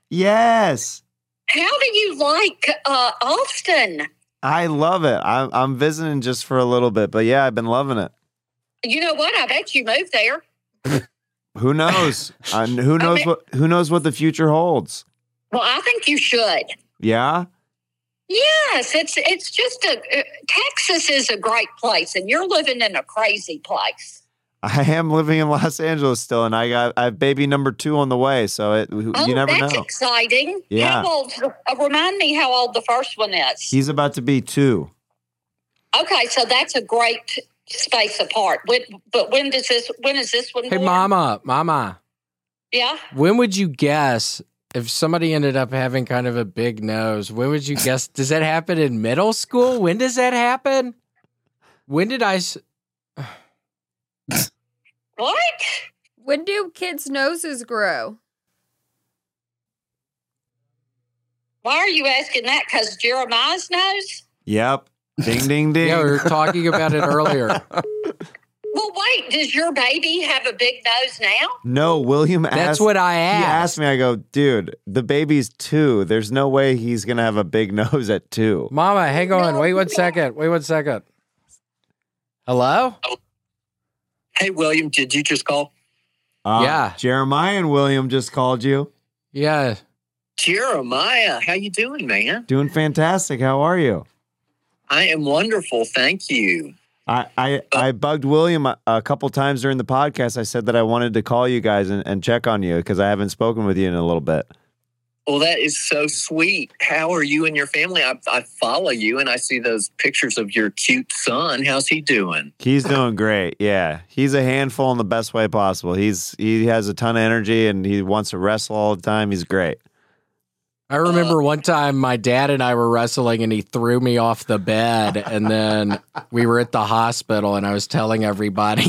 S3: Yes.
S12: how do you like uh, Austin?
S3: I love it. I'm I'm visiting just for a little bit, but yeah, I've been loving it.
S12: You know what? I bet you moved there.
S2: *laughs*
S3: Who knows? I, who knows what who knows what the future holds?
S12: Well, I think you should.
S3: Yeah?
S12: Yes, it's it's just a uh, Texas is a great place, and you're living in a crazy place.
S3: I am living in Los Angeles still, and I got I have baby number two on the way. So it, you
S12: oh,
S3: never
S12: that's
S3: know.
S12: exciting.
S3: Yeah.
S12: How old? Uh, remind me how old the first one is.
S3: He's about to be two.
S12: Okay, so that's a great space apart. When, but when does this? When is this one?
S2: Hey,
S12: born?
S2: Mama, Mama.
S12: Yeah.
S2: When would you guess if somebody ended up having kind of a big nose, when would you guess? does that happen in middle school? When does that happen? When did I? s-
S12: What?
S6: When do kids' noses grow?
S12: Why are you asking that? Because Jeremiah's nose?
S3: Yep. Ding ding ding.
S2: *laughs* Yeah, we were talking about it earlier.
S12: Well, wait, does your baby have a big nose now?
S3: No, William asked.
S2: That's what I
S3: He
S2: asked.
S3: asked me, I go, dude, the baby's two. There's no way he's going to have a big *laughs* nose at two.
S2: Mama, hang on. Wait one second. Wait one second. Hello?
S13: Hey, William, did you just call?
S3: Uh,
S2: Yeah.
S3: Jeremiah and William just called you.
S2: Yeah.
S13: Jeremiah, how you doing, man?
S3: Doing fantastic. How are you?
S13: I am wonderful, thank you.
S3: I, I, I bugged William a, a couple times during the podcast. I said that I wanted to call you guys and, and check on you because I haven't spoken with you in a little bit.
S13: Well, that is so sweet. How are you and your family? I, I follow you and I see those pictures of your cute son. How's he doing?
S3: He's doing great. Yeah. He's a handful in the best way possible. He's he has a ton of energy and he wants to wrestle all the time. He's great.
S2: I remember one time my dad and I were wrestling and he threw me off the bed and then we were at the hospital and I was telling everybody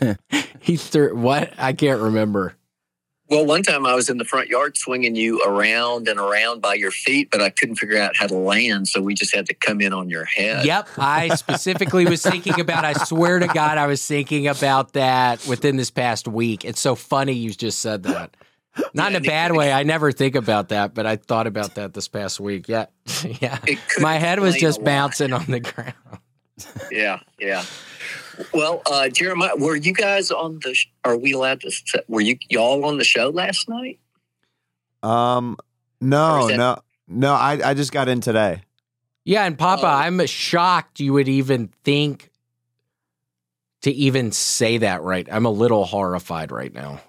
S2: *laughs* he threw what I can't remember.
S13: Well, one time I was in the front yard swinging you around and around by your feet, but I couldn't figure out how to land. So we just had to come in on your head.
S2: Yep, I specifically was thinking about I swear to god I was thinking about that within this past week. It's so funny you just said that. Not in a bad way. I never think about that, but I thought about that this past week. Yeah. *laughs* Yeah.
S13: It could
S2: My head was
S13: explain a
S2: just
S13: lot.
S2: bouncing on the ground.
S13: Yeah, yeah. Well, uh, Jeremiah, were you guys on the? Sh- are we allowed to? s- Were you y'all on the show last night?
S3: Um
S13: Or
S3: no,
S13: is that-
S3: no. No, I, I just got in today.
S2: Yeah, and Papa,
S13: Oh.
S2: I'm shocked you would even think to even say that right. I'm a little horrified right now.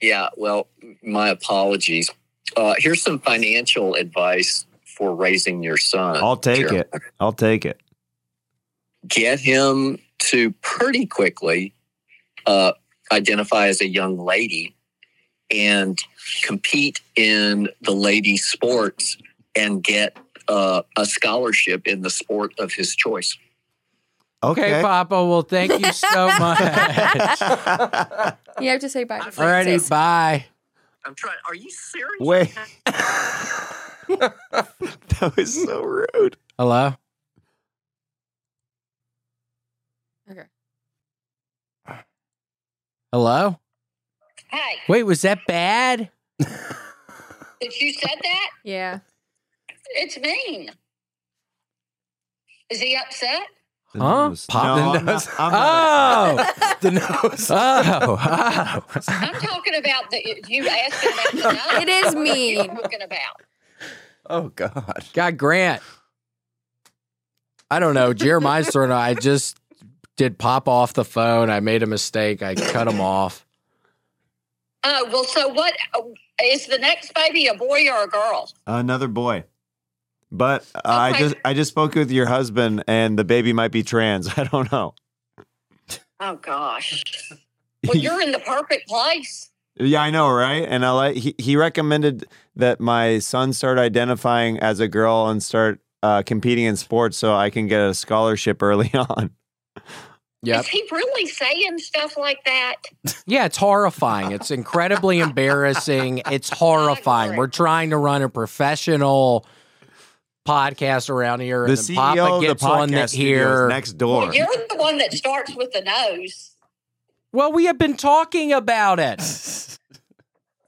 S13: Yeah. Well, my apologies. Uh, here's some financial advice for raising your son.
S3: I'll take
S13: Oh, Jeremiah.
S3: it. I'll take it.
S13: Get him to pretty quickly uh, identify as a young lady and compete in the lady sports and get uh, a scholarship in the sport of his choice.
S3: Okay.
S2: Papa. Well, thank
S13: *laughs*
S2: you so much.
S6: You have to say bye. to
S2: Alrighty,
S6: Francis.
S2: bye.
S13: I'm trying. Are you serious?
S3: Wait. that was so rude.
S2: Hello.
S6: Okay.
S2: Hello.
S12: Hey,
S2: Wait, was that bad?
S12: if you said that,
S6: Yeah.
S12: it's mean. Is he upset?
S3: The
S2: Huh? Oh.
S3: nose.
S2: Pop
S3: No, I'm
S2: the
S3: not-
S2: nose.
S3: I'm not-
S2: *laughs*
S5: the nose.
S2: Oh, oh, oh.
S12: I'm talking about the you asking
S6: *laughs*
S12: about the nose.
S6: It is mean.
S12: What are you talking about?
S5: Oh God.
S2: God, Grant. I don't know. Jeremiah's throwing. I just did pop off the phone. I made a mistake. I cut him off.
S12: Oh well, so what is the next baby a boy or a girl?
S3: Another boy. But uh, I
S12: Okay.
S3: just I just spoke with your husband and the baby might be trans. *laughs* I don't know.
S12: Oh gosh.
S3: *laughs*
S12: Well, you're in the perfect place.
S3: Yeah, I know, right? And I like he, he recommended that my son start identifying as a girl and start uh, competing in sports so I can get a scholarship early *laughs* on.
S2: Yep.
S12: Is he really saying stuff like that?
S2: Yeah, it's horrifying. It's incredibly embarrassing. It's horrifying. We're trying to run a professional podcast around here,
S3: The
S2: and then
S3: CEO
S2: Papa
S3: of the
S2: gets on the
S3: podcast studio
S2: here.
S3: is next door.
S12: Well, you're the one that starts with the nose.
S2: well, we have been talking about it.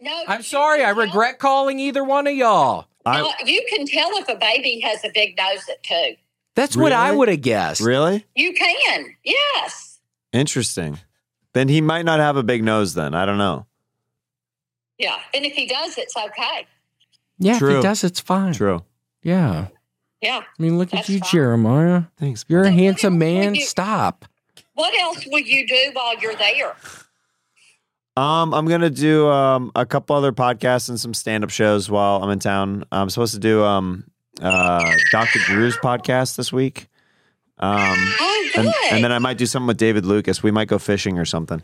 S12: No,
S2: I'm
S12: you
S2: sorry. I
S12: can tell-
S2: regret calling either one of y'all.
S3: I,
S12: No, you can tell if a baby has a big nose at two.
S2: That's what I
S3: Really?
S2: would have guessed.
S3: really
S12: You can, yes,
S3: interesting. Then he might not have a big nose. Then I don't know.
S12: yeah. And if he does, it's okay.
S2: Yeah, if
S3: True.
S2: he does, it's fine.
S3: True.
S2: Yeah.
S12: Yeah.
S2: I mean, look
S12: That's
S2: at you,
S12: fine.
S2: Jeremiah.
S3: Thanks.
S2: You're a
S12: Then what
S2: handsome
S12: else would
S2: man.
S12: you-
S2: Stop.
S12: What else will you do while you're there?
S3: Um, I'm gonna do um a couple other podcasts and some stand up shows while I'm in town. I'm supposed to do um uh Dr. Drew's podcast this week. Um.
S12: Oh, good.
S3: and, and then I might do something with David Lucas. We might go fishing or something.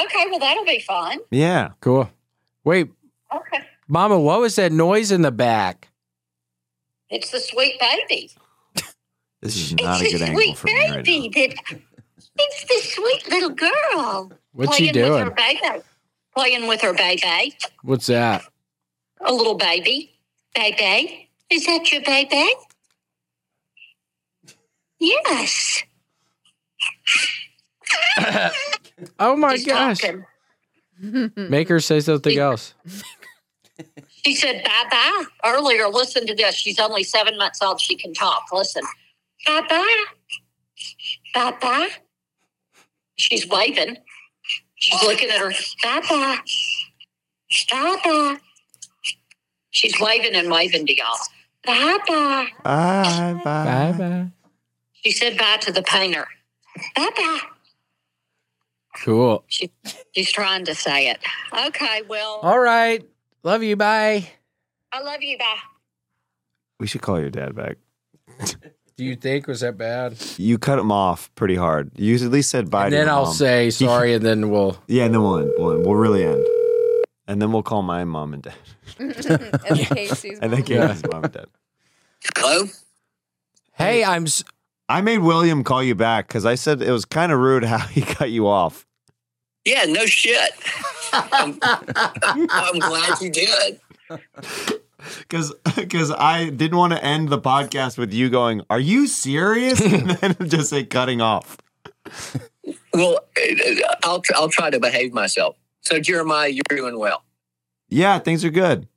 S12: okay, well that'll be fun.
S3: Yeah.
S2: Cool. Wait,
S12: Okay.
S2: Mama, what was that noise in the back?
S12: It's the sweet baby.
S3: This is not a
S12: it's *laughs*
S3: good
S12: the
S3: angle
S12: sweet
S3: for me right now.
S12: baby that. It's the sweet little girl.
S2: What's she
S12: playing with
S2: doing?
S12: her baby. Playing with her baby.
S2: What's that?
S12: A little baby. Baby. Is that your baby? Yes.
S2: Oh my
S12: She's
S2: gosh.
S12: talking. Mm-hmm.
S6: *laughs*
S2: Make her say something else.
S12: She said bye bye earlier. Listen to this. She's only seven months old. She can talk. Listen. Bye bye. Bye bye. She's waving. She's looking at her. Bye bye. Bye bye. She's waving and waving to y'all. Bye bye.
S3: Bye bye.
S2: bye.
S12: She said bye to the painter. Bye bye.
S2: Cool.
S12: She, she's trying to say it. Okay, well,
S2: All right. Love you. Bye.
S12: I love you. Bye.
S3: We should call your dad back.
S2: Do you think was that bad?
S3: You cut him off pretty hard. You at least said bye.
S2: And
S3: to
S2: then
S3: your
S2: I'll
S3: mom.
S2: say sorry, and then *laughs* we'll.
S3: Yeah, and then we'll end. We'll, end. we'll really end. And then we'll call my mom and dad.
S6: and
S2: *laughs*
S6: Casey's
S3: And then
S6: mom.
S3: Casey's mom and dad.
S13: Hello?
S2: Hey, I'm. s-
S3: I made William call you back because I said it was kind of rude how he *laughs* cut you off.
S13: Yeah, no shit. I'm, I'm glad you did.
S3: Because I didn't want to end the podcast with you going, Are you *laughs* serious? And then just say cutting off.
S13: Well, I'll tr- I'll try to behave myself. So Jeremiah, you're doing well.
S3: Yeah, things are good.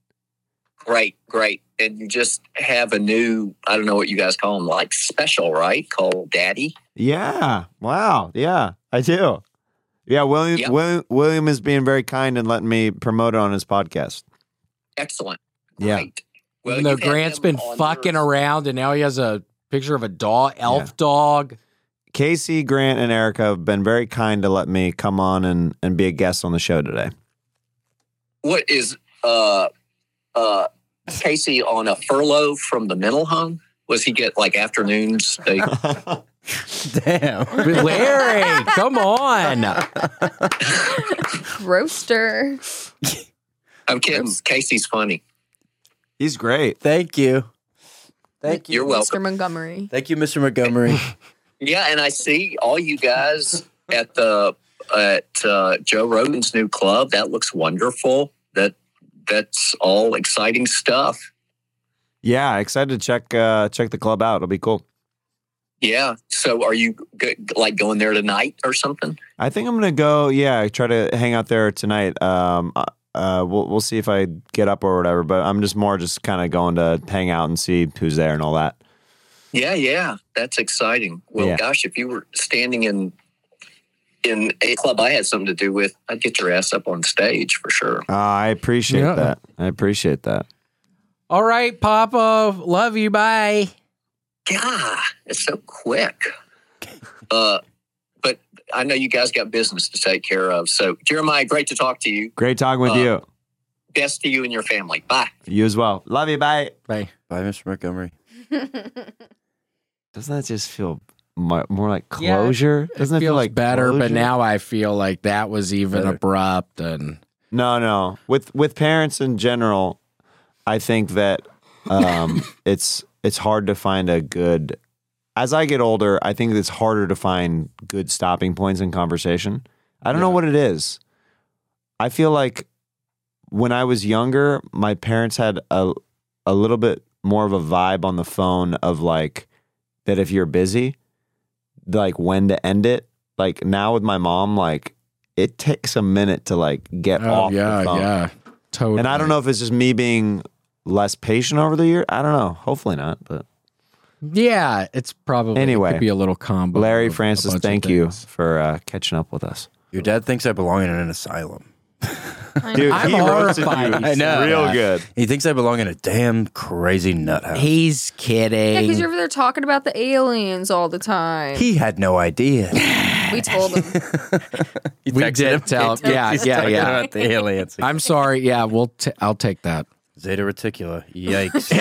S13: Great, great. And you just have a new I don't know what you guys call them like special, right? Called Daddy.
S3: Yeah. Wow. Yeah, I do. Yeah, William,
S13: Yeah.
S3: William William is being very kind and letting me promote it on his podcast.
S13: Excellent.
S3: Yeah.
S13: Great. Well,
S2: even though
S13: you've had
S2: Grant's
S13: him
S2: been
S13: on
S2: fucking
S13: yours.
S2: around, and now he has a picture of a dog, elf
S3: Yeah.
S2: dog.
S3: Casey, Grant, and Erica have been very kind to let me come on and, and be a guest on the show today.
S13: What is uh uh Casey on a furlough from the mental home? Was he get like
S2: *laughs*
S13: afternoons? They,
S5: *laughs* Damn.
S2: Larry, come on.
S6: Roaster.
S13: I'm kidding. Casey's funny.
S3: He's great.
S5: *laughs* Thank you. Thank you.
S13: You're
S6: Mr.
S13: welcome.
S2: *laughs*
S6: Montgomery.
S5: Thank you, Mr. Montgomery.
S13: Yeah, and I see all you guys at the at uh, Joe Rogan's new club. That looks wonderful. That that's all exciting stuff.
S3: Yeah, excited to check uh, check the club out. It'll be cool.
S13: Yeah. So are you good, like going there tonight or something?
S3: I think I'm gonna go. Yeah, try to hang out there tonight. Um, uh, uh, we'll we'll see if I get up or whatever. But I'm just more just kind of going to hang out and see who's there and all that.
S13: Yeah, yeah. That's exciting. Well,
S3: Yeah.
S13: gosh, if you were standing in in a club I had something to do with, I'd get your ass up on stage for sure.
S3: Uh, I appreciate
S2: Yeah.
S3: that. I appreciate that.
S2: All right, Papa. Love you. Bye.
S13: God, it's so quick. Uh, but I know you guys got business to take care of. So Jeremiah, great to talk to you.
S3: Great talking with
S13: Uh,
S3: you.
S13: best to you and your family. Bye.
S3: You as well. Love you. Bye.
S2: Bye.
S5: *laughs* Bye, Mr. Montgomery.
S3: Doesn't that just feel mo- more like
S2: Yeah.
S3: closure? Doesn't it feel
S2: Feels
S3: like
S2: better, but
S3: closure?
S2: now I feel like that was even
S3: Better.
S2: abrupt and
S3: No, no. With with parents in general, I think that
S2: *laughs*
S3: um, it's it's hard to find a good. As I get older, I think it's harder to find good stopping points in conversation. I don't know what it is. I feel like when I was younger, my parents had a a little bit more of a vibe on the phone of like that if you're busy, like when to end it. Like now with my mom, like it takes a minute to like get
S2: oh
S3: off
S2: yeah,
S3: the phone.
S2: yeah, totally.
S3: And I don't know if it's just me being less patient over the year. I don't know. Hopefully not. But
S2: Yeah, it's probably
S3: Anyway.
S2: it could be a little combo.
S3: Larry
S2: of a
S3: Francis,
S2: bunch of
S3: thank you
S2: things.
S3: for uh, catching up with us.
S5: Your dad thinks I belong in an asylum. *laughs*
S3: Dude,
S2: I'm
S3: he roasted you
S2: horrified.
S5: I know.
S3: real good.
S5: He thinks I belong in a damn crazy nut house. He,
S14: He's
S6: Yeah, because
S14: kidding.
S6: you're over there talking about the aliens all the time.
S5: had no
S2: *laughs*
S5: idea.
S6: we told him.
S2: We did tell. *laughs* Yeah, yeah, yeah.
S5: About the aliens.
S2: *laughs* I'm sorry. Yeah, we'll. T- I'll take that.
S5: Zeta
S2: *laughs*
S5: *laughs* Reticula. Yikes.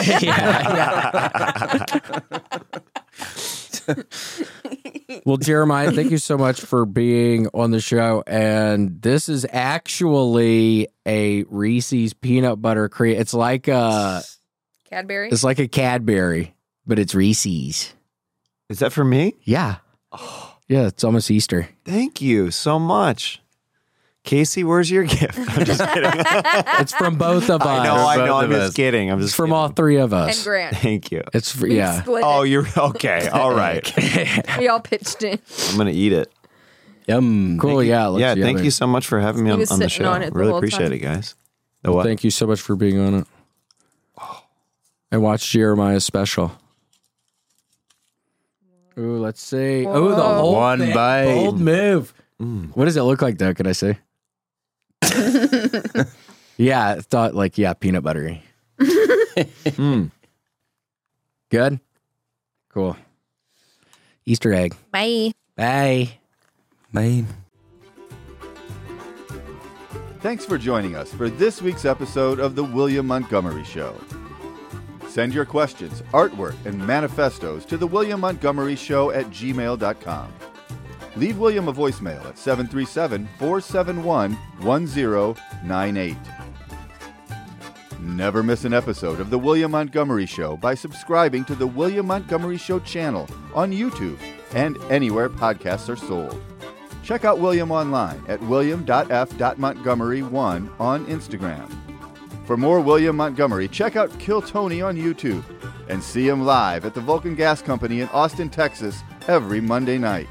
S2: Well, Jeremiah, thank you so much for being on the show. And this is actually a Reese's peanut butter cream. It's like a
S6: Cadbury.
S2: it's like a Cadbury, but it's Reese's.
S3: Is that for me?
S2: Yeah. Yeah, it's almost Easter.
S3: Thank you so much. Casey, where's your *laughs* gift? I'm just kidding.
S2: it's from both of
S3: *laughs*
S2: us.
S3: I know, I know. I'm just kidding. I'm
S2: It's
S3: just
S2: from all three of us.
S6: *laughs* And Grant.
S3: Thank you.
S2: It's for,
S6: We
S2: *laughs* yeah.
S6: split
S3: Oh, you're
S2: *laughs*
S3: okay. All right.
S6: We all pitched in.
S3: I'm gonna eat it.
S5: Yum.
S2: Cool. yeah. let's
S3: yeah.
S2: see
S3: Thank
S2: other-
S3: you so much for having me
S6: He
S3: on,
S6: was
S3: on the
S6: sitting
S3: show.
S6: on it the
S3: really
S6: whole
S3: appreciate
S6: time.
S3: it, guys. The what?
S2: Thank you so much for being on it. And watch Jeremiah's special. Ooh, let's see. Oh, the
S6: Whoa.
S2: whole
S5: One
S2: thing.
S5: bite.
S2: Bold move.
S3: Mm.
S2: What does it look like though? Can I say? yeah, I thought like yeah, peanut buttery.
S3: Mm.
S2: Good. Cool. Easter egg.
S6: Bye.
S2: Bye.
S5: Bye.
S1: *laughs* Thanks for joining us for this week's episode of The William Montgomery Show. Send your questions, artwork, and manifestos to the William Montgomery Show at gmail.com. Leave William a voicemail at 737 471 1098. Never miss an episode of The William Montgomery Show by subscribing to The William Montgomery Show channel on YouTube and anywhere podcasts are sold. Check out William online at william.f.montgomery1 on Instagram. For more William Montgomery, check out Kill Tony on YouTube and see him live at the Vulcan Gas Company in Austin, Texas every Monday night.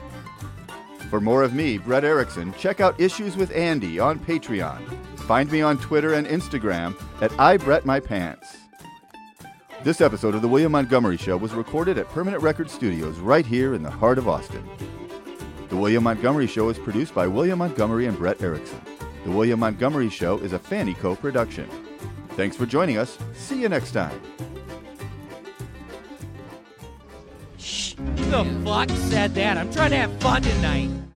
S1: For more of me, Brett Erickson, check out Issues with Andy on Patreon. Find me on Twitter and Instagram at IBrettMyPants. This episode of The William Montgomery Show was recorded at Permanent Record Studios right here in the heart of Austin. The William Montgomery Show is produced by William Montgomery and Brett Erickson. The William Montgomery Show is a Fanny Co production. Thanks for joining us. See you next time.
S11: Who the fuck said that? I'm trying to have fun tonight.